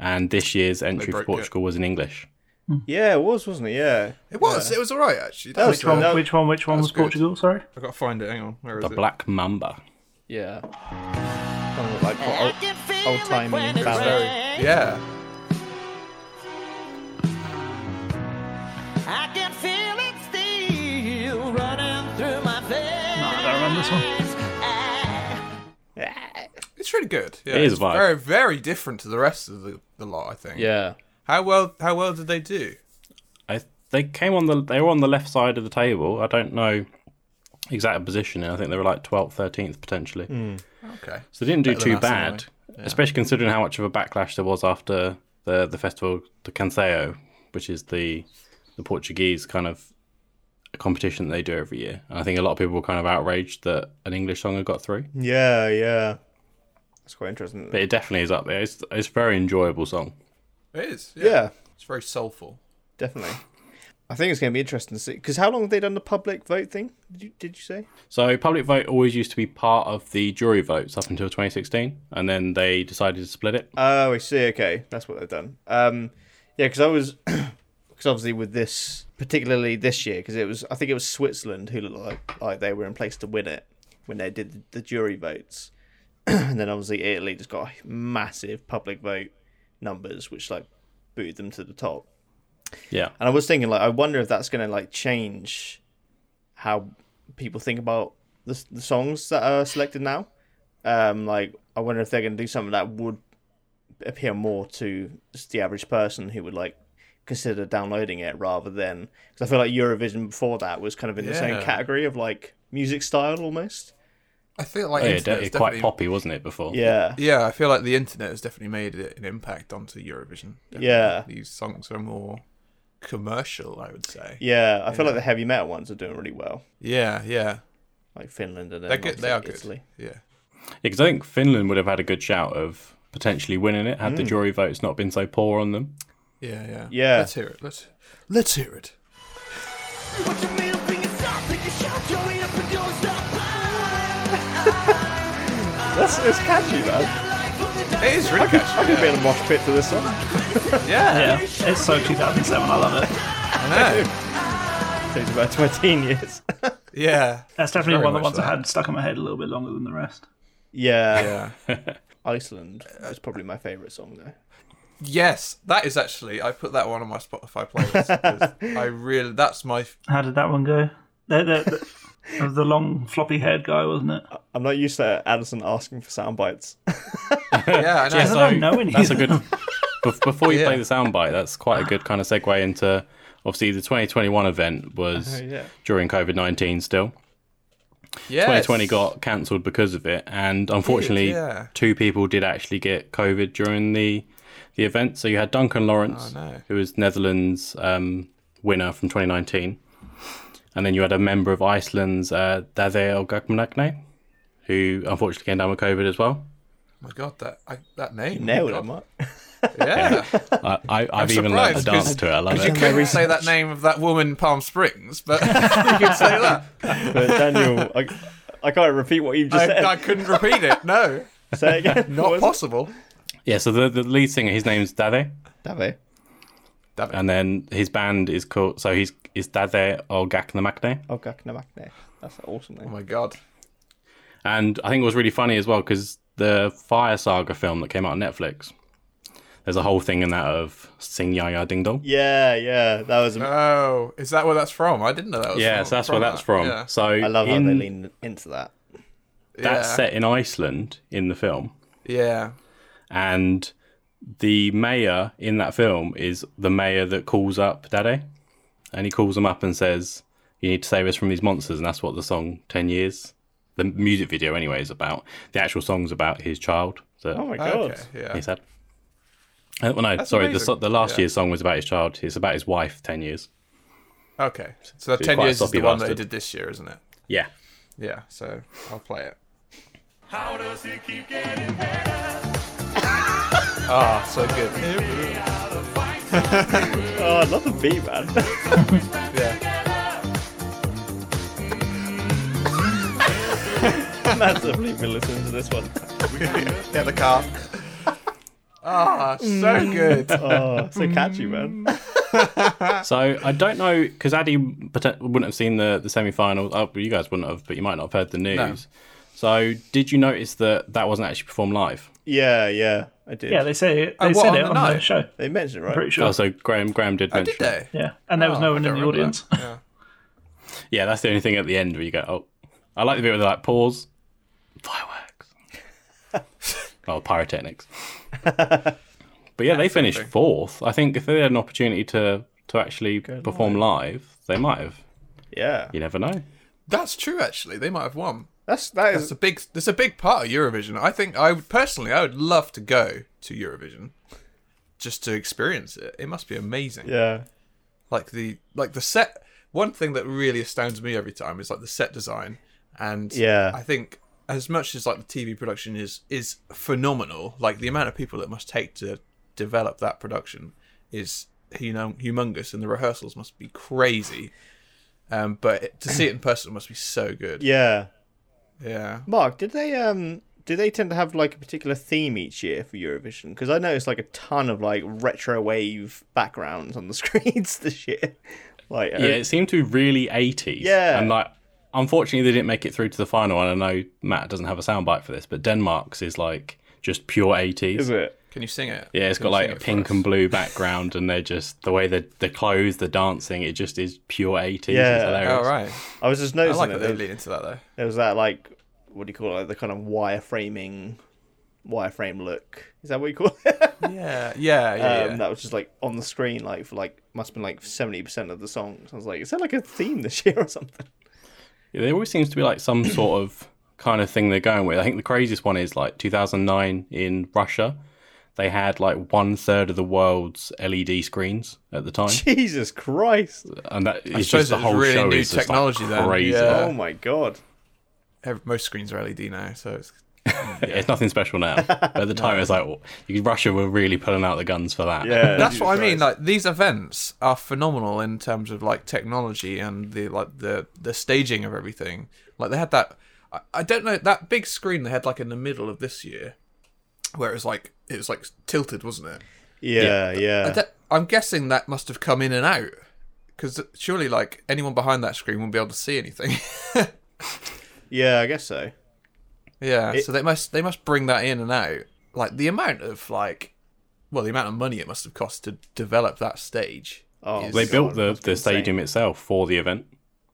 And this year's entry for broke it. Portugal was in English. Yeah, it was, wasn't it? Yeah. It was. It was all right actually. That was, Which one? uh, which one? Which one was that's good. Portugal? Sorry. I gotta find it. Hang on. Where is The it? Black Mamba. Yeah. Kind of like old, old time Very- Yeah. I can feel it still running through my veins. I don't remember this one. It's really good. Yeah, It is it's a vibe. very very different to the rest of the, the lot. I think. Yeah. How well how well did they do? I they came on the they were on the left side of the table. I don't know exact positioning. I think they were like 12th, 13th potentially. Okay. So they didn't do Hmm. than too us, bad, especially considering how much of a backlash there was after the the festival de Canção, which is the the Portuguese kind of competition that they do every year. And I think a lot of people were kind of outraged that an English song had got through, Hmm. Yeah, yeah. That's quite interesting. but it definitely is up there. It's it's a very enjoyable song. It is. Yeah. yeah, It's very soulful. definitely. I think it's going to be interesting to see because how long have they done the public vote thing? Did you did you say? So public vote always used to be part of the jury votes up until 2016, and then they decided to split it. Uh, Oh, I see. Okay, that's what they've done. Um, yeah, because I was because obviously with this particularly this year because it was I think it was Switzerland who looked like like they were in place to win it when they did the, the jury votes, and then obviously Italy just got massive public vote numbers which like booted them to the top. Yeah. And I was thinking, like, I wonder if that's going to like change how people think about the, s- the songs that are selected now. Um, like, I wonder if they're going to do something that would appeal more to just the average person who would like consider downloading it rather than because I feel like Eurovision before that was kind of in the same Yeah. category of like music style almost. I feel like Oh, yeah, internet de- has quite definitely- poppy, wasn't it? Before, Yeah, Yeah, I feel like the internet has definitely made it an impact onto Eurovision. Definitely. Yeah. These songs are more commercial, I would say. yeah. I feel like the heavy metal ones are doing really well, Yeah, yeah. like Finland and then They're good. obviously They are good. Italy. Yeah. because I think Finland would have had a good shout of potentially winning it had the jury votes not been so poor on them. Yeah, yeah. Yeah. Let's hear it. Let's let's hear it. What you mean, bring it up, take a shot, your way up and don't stop. That's it's catchy, man. It is really I catchy. could be in a mosh pit to this song. Yeah, Yeah, it's so 2007. I love it. I know. Takes about 15 years. Yeah. That's definitely one of much the so. ones I had stuck in my head a little bit longer than the rest. Yeah. Yeah. Iceland is probably my favourite song, though. Yes, that is actually. I put that one on my Spotify playlist. 'cause I really. That's my. How did that one go? The, the, the, of the long floppy haired guy, wasn't it? I'm not used to Addison asking for sound bites. Yeah, I know. Yeah, so I don't know any that's a of good. bef- Before you Yeah. play the soundbite, that's quite a good kind of segue into. Obviously, the 2021 event was yeah. during COVID 19 still. Yes. 2020 got cancelled because of it, and unfortunately, yeah. two people did actually get COVID during the the event. So you had Duncan Lawrence, Oh, no. who was Netherlands um, winner from 2019, and then you had a member of Iceland's uh, Dade Elgagmunakne, who unfortunately came down with COVID as well. my god, that I, that name. Nailed God. it, Mark. Yeah. I, I, I've even learned to surprised, dance 'cause- to it. I love you it. couldn't say that name of that woman in Palm Springs, but you could say that. But Daniel, I, I can't repeat what you just I, said. I couldn't repeat it. No, Say it again. What not was it? possible. Yeah, so the, the lead singer, his name's Dade, Dave. and then his band is called, so he's is Dade Olgaknamakne. Oh, Gaknamakne. That's an awesome Oh name. my god. And I think it was really funny as well because the Fire Saga film that came out on Netflix, there's a whole thing in that of Sing Ya Ya Ding Dong. Yeah, yeah. That was. Oh, is that where that's from? I didn't know that was. Yeah, from, so that's where that's that. from. Yeah. So I love in, how they lean into that. that's Yeah. set in Iceland in the film, Yeah. and the mayor in that film is the mayor that calls up Dade, and he calls him up and says, "You need to save us from these monsters," and that's what the song Ten Years, the music video anyway, is about. The actual song's about his child that Oh my god. Okay. Yeah. he's had. Uh, well, no, sorry. The, so- amazing. the last Yeah. year's song was about his child. It's about his wife, ten years. Okay. So that He's ten quite a years is soppy the one that he bastard. did this year, isn't it? Yeah, Yeah. So I'll play it. How does it keep getting better? Ah, so good. Oh, I love the beat, man. Yeah. Massively been listening to this one. Get the car. Ah, so good. Oh, so catchy, man. So I don't know because Addy pote- wouldn't have seen the the semi final. Oh, you guys wouldn't have, but you might not have heard the news. So did you notice that that wasn't actually performed live? Yeah, yeah. I did. Yeah, they say it. They what, said on it the Uh, on the night? show. they mentioned it, right? Pretty Oh, sure. so Graham Graham did mention. Did they? Yeah, and there was no one in the audience. Yeah. it. Yeah, that's the only thing at the end where you go, oh, I like the bit where they like pause, fireworks, oh pyrotechnics. but yeah, they finished fourth. I think if they had an opportunity to to actually perform live, they might have. Yeah. You never know. That's true. Actually, they might have won. That's that It's is a big. There's a big part of Eurovision. I think I would personally, I would love to go to Eurovision, just to experience it. It must be amazing. yeah. Like the like the set. One thing that really astounds me every time is like the set design, and Yeah. I think as much as like the TV production is is phenomenal, like the amount of people it must take to develop that production is you know humongous, and the rehearsals must be crazy. Um, but it- to see it in person must be so good. Yeah. Yeah. Mark, did they um do they tend to have like a particular theme each year for Eurovision? Because I noticed like a ton of like retro wave backgrounds on the screens this year. Like uh, Yeah, it seemed to be really 80s. Yeah. And like, unfortunately, they didn't make it through to the final. And I know Matt doesn't have a soundbite for this, but Denmark's is like just pure 80s. is it? Can you sing it? Yeah, it's got Can you like sing a it for pink us? and blue background, and they're just the way they're, the clothes, the dancing, it just is pure 80s. Yeah. It's hilarious. Oh, right. I was just I noticing like that that they there, lean into that though. there was that like what do you call it? Like the kind of wireframing wireframe look. Is that what you call it? Yeah, yeah, yeah. um, that was just like on the screen, like for like must have been like seventy percent of the songs. I was like, is that like a theme this year or something? There always seems to be like some sort of kind of thing they're going with. I think the craziest one is like 2009 in Russia. They had like one third of the world's LED screens at the time, Jesus Christ! and that it's suppose just the it's whole really show new is just, like, technology then, crazy. yeah. Oh my God! Ev- Most screens are LED now, so it's It's nothing special now. But at the time, it was like well, you- Russia were really pulling out the guns for that. Yeah, that's what I mean. Like these events are phenomenal in terms of like technology and the like the the staging of everything. Like they had that. I, I don't know that big screen they had like in the middle of this year, where it was like it was like tilted, wasn't it? Yeah, yeah. I don't- I'm guessing that must have come in and out because surely like anyone behind that screen wouldn't be able to see anything. Yeah, I guess so. Yeah, so they must they must bring that in and out. Like the amount of like, well, the amount of money it must have cost to develop that stage. Oh, is- They God, built the, that's the stadium itself for the event.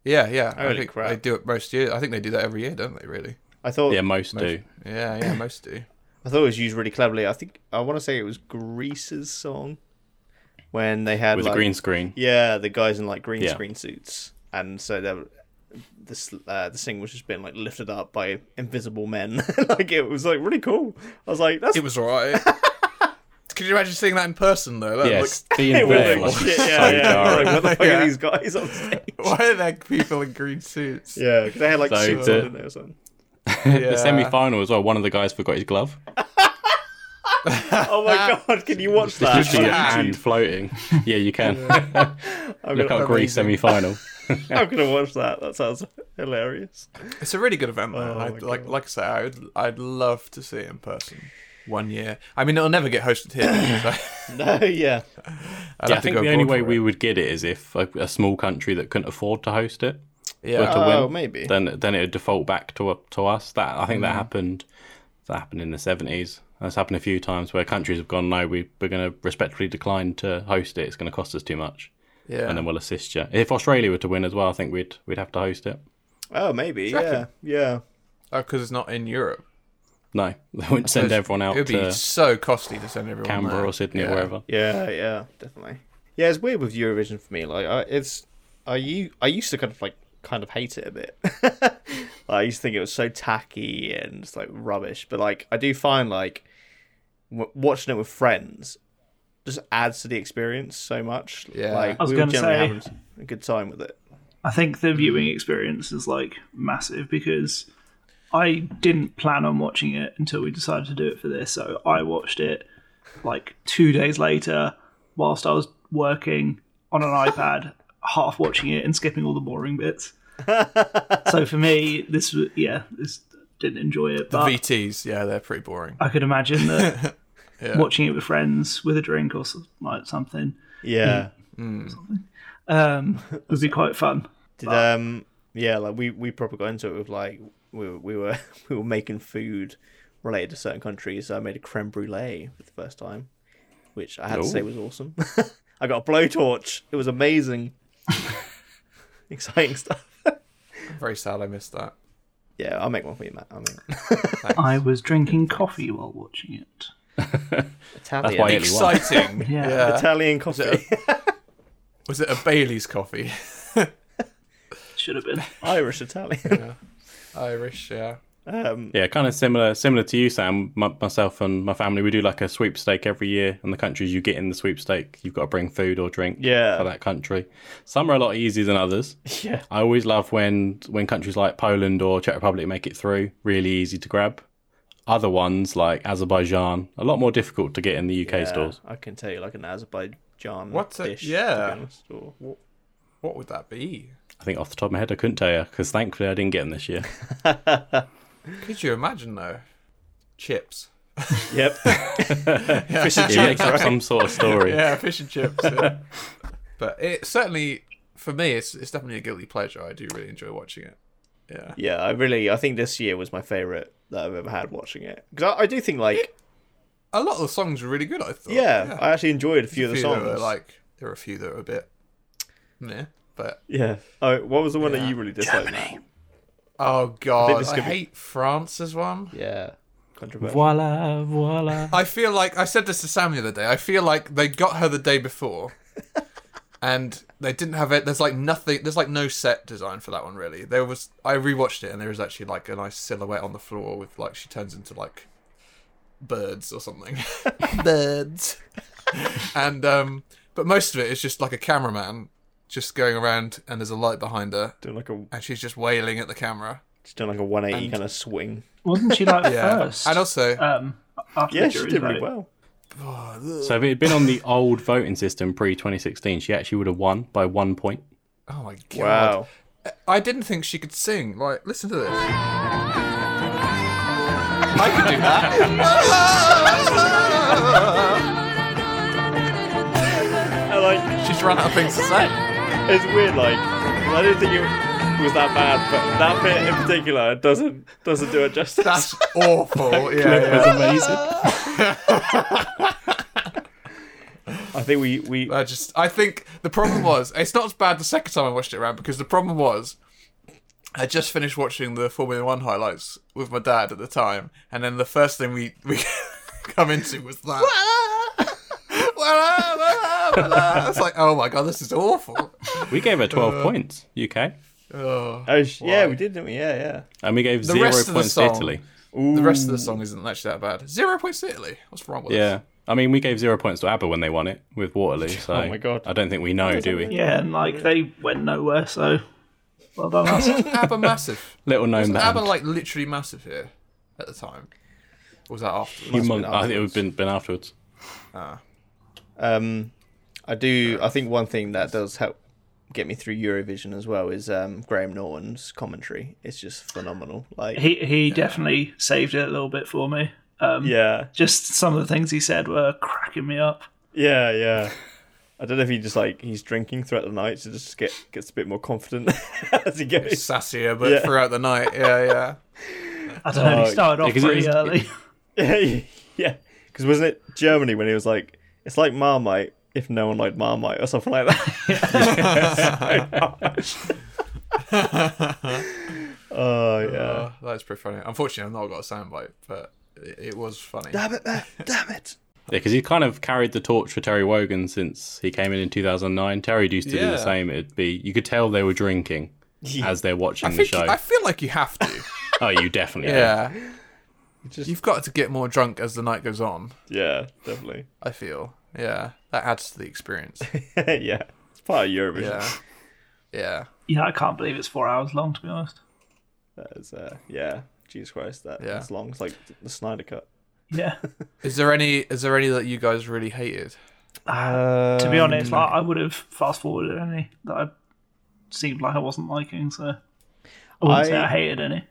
yeah, yeah. I Holy think crap. they do it most years. I think they do that every year, don't they? Really? I thought Yeah, most do. Yeah, yeah. Most do. I thought it was used really cleverly. I think I want to say it was Grease's song when they had With like, a green screen. Yeah, the guys in like green Yeah. screen suits, and so they were, this uh, the thing was just being like lifted up by invisible men. like it was like really cool. I was like, that's It was alright. Could you imagine seeing that in person though? That Yes, being it there was was like, shit, so yeah, yeah. I was jarring. Like, what the fuck Yeah. are these guys on stage? looked- why are there people in green suits? Yeah, because they had like So suits the- on, didn't they, or something. The semi final as well. One of the guys forgot his glove. Oh my god, can you watch that? Literally YouTube floating. Yeah, you can. I'm Look gonna, up Greece semi final. I'm gonna watch that. That sounds hilarious. It's a really good event. though. Oh I, my like God. like I say, I would, I'd love to see it in person one year. I mean, it'll never get hosted here. so No, yeah. I'd Yeah, have I to think go the only abroad way for we it. would get it is if a, a small country that couldn't afford to host it were yeah to Oh, win. maybe. Then then it would default back to to us. That I think Mm-hmm. that happened. That happened in the seventies. That's happened a few times where countries have gone, no, we, we're going to respectfully decline to host it. It's going to cost us too much, yeah. and then we'll assist you. If Australia were to win as well, I think we'd we'd have to host it. Oh, maybe. Yeah, yeah. Oh, because it's not in Europe. No, they wouldn't send everyone out It'd be to so costly to send everyone Canberra there. or Sydney yeah. or wherever. Yeah, yeah, definitely. Yeah, it's weird with Eurovision for me. Like, I, it's I you I used to kind of like kind of hate it a bit. I used to think it was so tacky and just like rubbish. But like, I do find like w- watching it with friends just adds to the experience so much. Yeah. like, I was we were gonna generally say- having a good time with it. I think the viewing experience is like massive because I didn't plan on watching it until we decided to do it for this. So I watched it like two days later whilst I was working on an iPad, half watching it and skipping all the boring bits. so for me, this was, yeah, this didn't enjoy it. The but VTs, yeah, they're pretty boring. I could imagine that watching it with friends with a drink or s- like something Yeah. um, would be quite fun. Did, um yeah, like we we probably got into it with like we were, we were we were making food related to certain countries. So I made a creme brulee for the first time, which I had to say was awesome. I got a blowtorch. It was amazing. Exciting stuff. I'm very sad I missed that. Yeah, I'll make one for you, Matt. I mean, I was drinking coffee while watching it. Italian, why Really it- was. Exciting. Yeah. Italian coffee, Was it a Bailey's coffee? Should have been. Irish Italian. Irish, yeah. Um, Yeah, kind of similar similar to you, Sam. My, myself and my family, we do like a sweepstake every year, and the countries you get in the sweepstake, you've got to bring food or drink Yeah. for that country. Some are a lot easier than others. yeah, I always love when when countries like Poland or Czech Republic make it through, really easy to grab. Other ones like Azerbaijan, a lot more difficult to get in the UK yeah, stores. Uh, I can tell you like an Azerbaijan What's it- dish. yeah. to be honest, or- What would that be? I think off the top of my head, I couldn't tell you because thankfully I didn't get them this year. Could you imagine though? Chips. Yep. Fish and It chips, makes up right? some sort of story. Yeah, fish and chips. yeah. but it certainly, for me, it's it's definitely a guilty pleasure. I do really enjoy watching it. Yeah. Yeah, I really, I think this year was my favorite that I've ever had watching it because I, I do think like, A lot of the songs were really good. I thought. yeah, I actually enjoyed a few of a the few songs. that were like there were a few that were a bit. Yeah, but yeah. Oh, what was the one that you really disliked? Matt? oh god, this I, could be- hate France's one. Yeah, controversial. Voila, voila. I feel like I said this to Sam the other day. I feel like they got her the day before, and they didn't have it. There's like nothing. There's like no set design for that one really. There was. I rewatched it, and there is actually like a nice silhouette on the floor with like she turns into like birds or something. birds. and um, but most of it is just like a cameraman just going around, and there's a light behind her, Doing like a, and she's just wailing at the camera. just doing like a one eighty kind of swing. Wasn't she like Yeah, first? and also um, after Yeah, the she jury's did really well. vote. So if it had been on the old voting system pre 2016, she actually would have won by one point. oh my god. Wow. I didn't think she could sing. Like, listen to this. I could do that. And, like She's run out of things to say. it's weird. Like I didn't think it was that bad, but that bit in particular doesn't doesn't do it justice. That's awful. Yeah, yeah. I think we we I just, I think the problem was, it's not as bad the second time I watched it around because the problem was, I just finished watching the Formula One highlights with my dad at the time, and then the first thing we we come into was that. It's like, oh my god, this is awful. We gave her 12 Uh, points, UK. Oh. oh, sh- yeah we did didn't we yeah yeah And we gave The zero rest of the points to song. Italy. The rest of the song isn't actually that bad. Zero points to Italy. What's wrong with Yeah. I mean, we gave zero points to ABBA when they won it with Waterloo. So Oh my God. I don't think we know, do we? Yeah, and like they went nowhere, so well done us. us? ABBA massive. Little known ABBA that. like literally massive here at the time. Or was that after? You Must mon- have been I think it would have been, been afterwards. Um, I do. I think one thing that does help get me through Eurovision as well is um, Graham Norton's commentary. It's just phenomenal. Like, He he definitely saved it a little bit for me. Um, yeah, Just some of the things he said were cracking me up. yeah, yeah. I don't know if he just like he's drinking throughout the night, so just get gets a bit more confident as he goes. Sassier, but Yeah. throughout the night. Yeah, yeah. I don't know. Oh, He started off because it pretty is- early. yeah, because wasn't it Germany when he was like, it's like Marmite if no one liked Marmite or something like that. oh yeah. Uh, that's pretty funny. Unfortunately, I've not got a soundbite, but it, it was funny. Damn it, man! Damn it! Yeah, because he kind of carried the torch for Terry Wogan since he came in in 2009. Terry used to do Yeah. the same. It'd be you could tell they were drinking as they're watching I the think show. I feel like you have to. Oh, you definitely. yeah. yeah. You've got to get more drunk as the night goes on. Yeah, definitely. I feel. Yeah, that adds to the experience. yeah, it's part of Eurovision. Yeah. Yeah. yeah, I can't believe it's four hours long. To be honest. That is, uh, yeah. Jesus Christ, that, Yeah. that's long. It's like the Snyder Cut. Yeah. Is there any? Is there any that you guys really hated? Uh, to be honest, like, I would have fast forwarded any that I seemed like I wasn't liking. So I wouldn't say I- I hated any.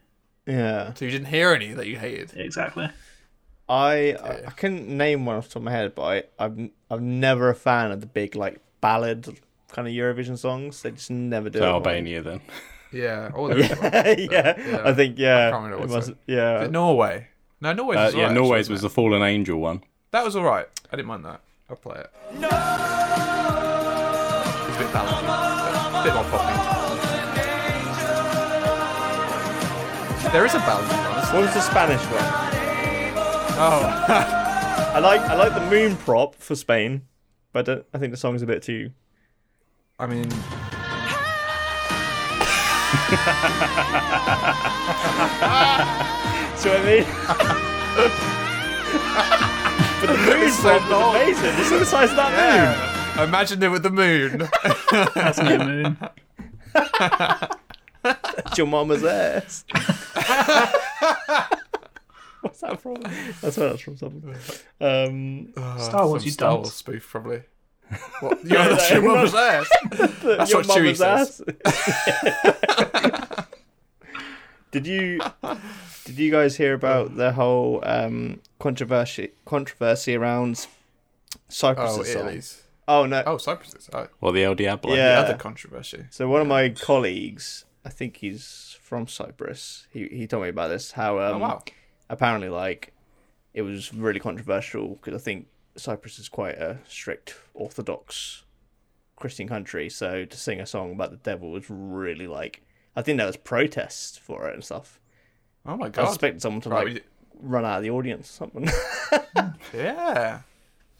Yeah, So you didn't hear any that you hated? Exactly. I I, I couldn't name one off the top of my head, but I, I'm I'm never a fan of the big like ballad kind of Eurovision songs. They just never do. So it right. Albania then. Yeah. Oh, All the yeah. yeah, I think yeah. can't remember it what's must- it. yeah, Norway. No, Norway's Uh, was yeah, alright, Norway's actually, was wasn't the Fallen Angel one. it? That was all right. I didn't mind that. I'll play it. No. It's a bit balanced. but A bit more poppy. There is a balanced one. What was the Spanish one? Oh. I like I like the moon prop for Spain, but I, don't, I think the song's a bit too. I mean. See what I mean? but the moon so prop is long. amazing. It's all the size of that moon. Yeah. Imagine it with the moon. That's no moon. It's your mama's ass. What's that from? That's where that's from. Something. Um, Star Wars, Some you Star don't. Wars spoof, probably. What? Yeah, that's your mum's ass. that's what Chewie says. ass. did you did you guys hear about the whole um, controversy controversy around Cyprus? Oh, Italy's. Oh no. Oh, Cyprus. is- Oh, Or the El Diablo. Yeah. other controversy. So one of my colleagues, I think he's from Cyprus. He he told me about this. How um, Oh, wow. apparently like it was really controversial because I think Cyprus is quite a strict Orthodox Christian country. So to sing a song about the devil was really like I think there was protests for it and stuff. Oh my I god. expected someone to Right, like we d- run out of the audience or something. yeah.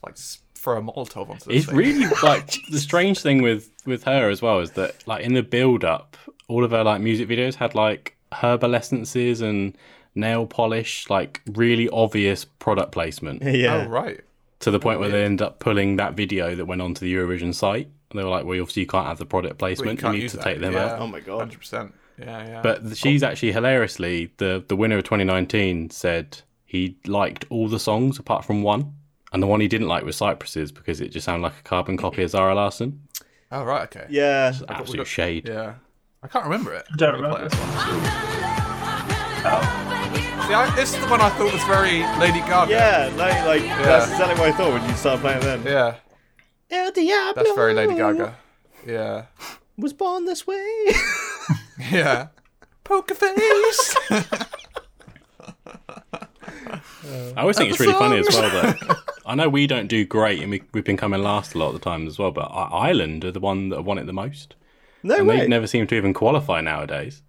Like s- throw a Molotov onto the It's thing. really like the strange thing with with her as well is that like in the build up, all of her like music videos had like herbal essences and nail polish, like really obvious product placement yeah. Oh right. to the point where they end up pulling that video that went onto the Eurovision site. And they were like, "Well, obviously you can't have the product placement. You, can't need use to that, take them yeah. out." Oh my god. Hundred percent. Yeah, yeah. But th- she's actually hilariously the the winner of 2019 said he liked all the songs apart from one, and the one he didn't like was Cypress's because it just sounded like a carbon copy of Zara Larson. oh right. Okay. Yeah. Absolute shade. Yeah. I can't remember it. Don't I'm gonna play remember. this one. Oh. See, I, this is the one I thought was very Lady Gaga. Yeah, like, like that's exactly what I thought when you started playing then. Yeah. El Diablo That's very Lady Gaga. Yeah. was born this way. Yeah. Poker face. I always think it's really funny as well that I know we don't do great and we, we've been coming last a lot of the times as well, but I- Ireland are the one that have won it the most. no And way. they never seem to even qualify nowadays.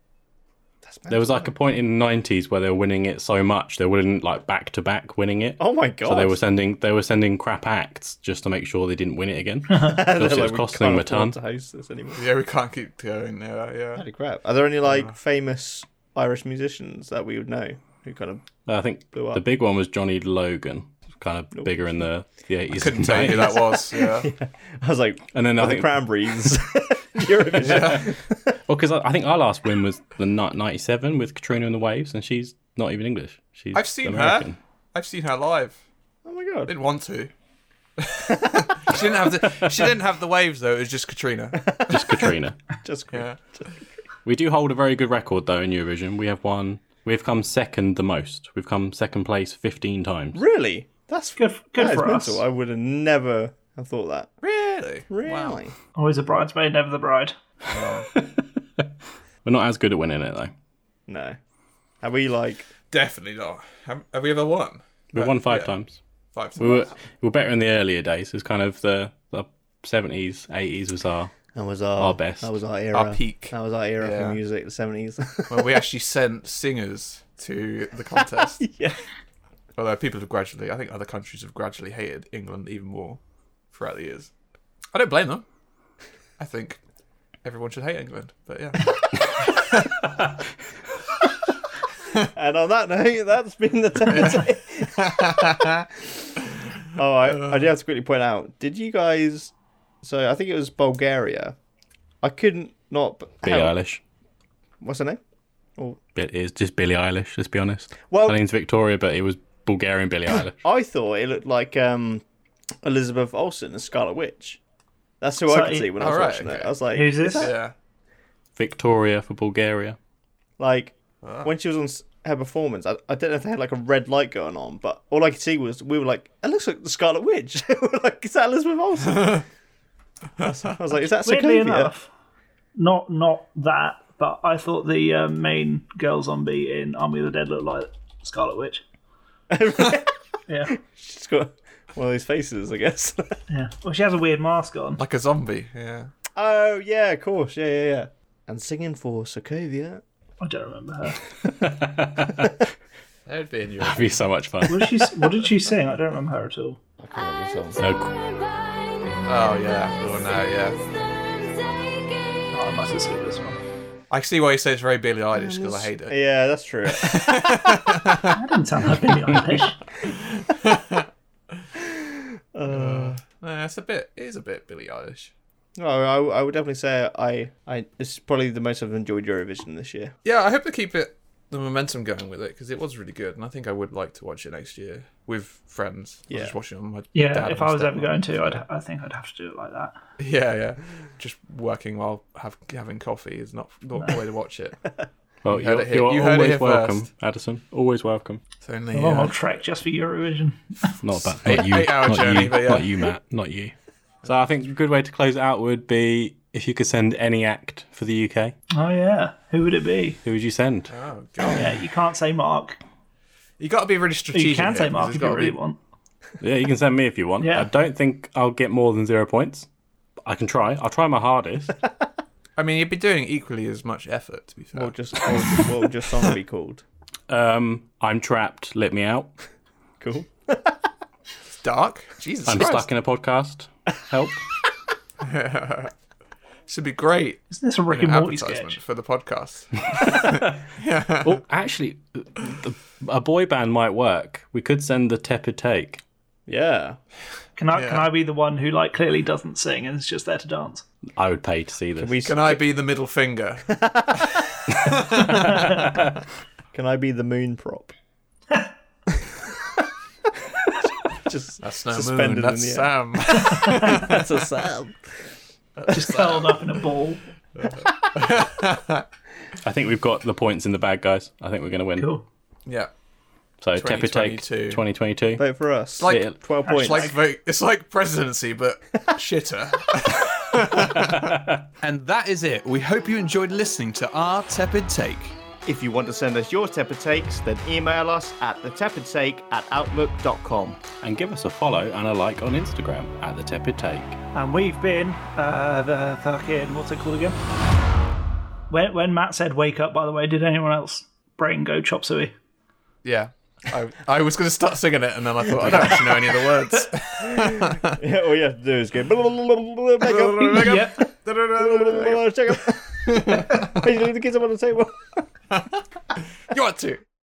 There was like a point in the 90s where they were winning it so much they wouldn't like back to back winning it. oh my god. So they were sending they were sending crap acts just to make sure they didn't win it again. 'Cause obviously it was costing them a ton. To host this anymore. yeah, we can't keep going. Yeah, yeah. Holy crap. Are there any like famous Irish musicians that we would know who kind of I think Blew up. the big one was Johnny Logan, kind of bigger in the the eighties. Couldn't tell you who that was. Yeah. I was like And then I the think cranberries. Eurovision. Well, because I, I think our last win was the ni- 97 with Katrina and the Waves, and she's not even English. She's I've seen her. American. I've seen her live. Oh my god. Didn't want to. she didn't have the she didn't have the waves though. It was just Katrina. Just Katrina. Just Yeah. We do hold a very good record though in Eurovision. We have won. We've come second the most. We've come second place 15 times. really? That's Good, good that is for us. mental. I would have never have thought that. Really? Really? Always a bridesmaid, never the bride. We're not as good at winning it though. No. Have we like? Definitely not. Have, have we ever won? We've Right, won five yeah. times. Five times. We were we were better in the earlier days. It's kind of the the 70s, 80s was our That was our, Our best. That was our era. Our peak. That was our era Yeah. for music. The seventies. well, we actually sent singers to the contest. yeah. Although people have gradually, I think other countries have gradually hated England even more throughout the years. I don't blame them. I think everyone should hate England. But yeah, And on that note, that's been the time. oh, I, Uh. I do have to quickly point out. Did you guys? So I think it was Bulgaria. I couldn't not. Billie hang on, Eilish. What's her name? It is just Billie Eilish, let's be honest. Well- Oh. Her name's Victoria, but it was Bulgarian Billie Eilish. I thought it looked like um, Elizabeth Olsen and Scarlet Witch. That's who So I could it- see when I was Alright, watching it. okay. I was like, Who's is this? that- yeah. Victoria for Bulgaria. Like when she was on s- her performance, I, I don't know if they had like a red light going on, but all I could see was we were like, "It looks like the Scarlet Witch." We're like, is that Elizabeth Olsen? I was like, "Is that Weirdly Sokovia?" enough, not not that, but I thought the uh, main girl zombie in Army of the Dead looked like Scarlet Witch. yeah, She's got one of those faces, I guess. yeah. Well, she has a weird mask on. like a zombie. Yeah. oh yeah, of course, yeah, yeah, yeah. And singing for Sokovia. I don't remember her. That would be in Europe. It'd be so much fun. What did she? What did she sing? I don't remember her at all. No, Oh yeah. Oh no. Yeah. Oh, I must have seen this one. I see why you say it's very Billie Eilish because I hate it. Yeah, that's true. That didn't sound like Billie Eilish. No, it's a bit. It is a bit Billie Eilish. no, I, I would definitely say I, I. This is probably the most I've enjoyed Eurovision this year. Yeah, I hope they keep it the momentum going with it because it was really good, and I think I would like to watch it next year with friends. I was Yeah. just watching it on my dad Yeah, and if I was stepmom. ever going to, I'd, I think I'd have to do it like that. Yeah, yeah, just working while have, having coffee is not not the way to watch it. well, heard you're, it here- you're you heard it always here welcome, first. Addison. Always welcome. It's only Long uh, old trek just for Eurovision. Not that. Not you. eight-hour not, journey, you but yeah. not you, Matt. Not you. So I think a good way to close it out would be if you could send any act for the UK. Oh yeah, who would it be? Who would you send? oh god, Yeah, you can't say Mark. you got to be really strategic. You can here, say 'cause Mark it's if you gotta really be- want. Yeah, you can send me if you want. Yeah. I don't think I'll get more than zero points. I can try. I'll try my hardest. I mean, you'd be doing equally as much effort to be fair. Or just, or, what would your song be called? Um, I'm trapped. Let me out. Cool. it's dark. Jesus I'm Christ, stuck in a podcast. Help. this would be great Isn't this a Rick and Morty advertisement sketch? for the podcast. Oh, actually, the, a boy band might work. We could send the tepid take. Yeah. Can I can Yeah. I be the one who like clearly doesn't sing and is just there to dance? I would pay to see this. We Can I be the middle finger? Can I be the moon prop? Just That's no Suspended in moon. That's the air. Sam. that's a sound. Just curled up in a ball. I think we've got the points in the bag, guys. I think we're going to win. Cool. yeah. So tepid take 2022. 2022. Vote for us. like- It'll- twelve points. It's like vote- it's like presidency, but shitter. And that is it. We hope you enjoyed listening to our tepid take. if you want to send us your tepid takes, then email us at the tepid take at outlook.com. and give us a follow and a like on Instagram at the tepid take. And we've been uh, the fucking what's it called again? When when Matt said wake up, by the way, did anyone else brain go chop suey? Yeah. I, I was going to start singing it, and then I thought, I don't actually know any of the words. Yeah, all you have to do is go. blah, blah, blah, blah, blah, back up, blah, Yep. blah, blah, blah, check up. Please leave the kids up on the table. you want to?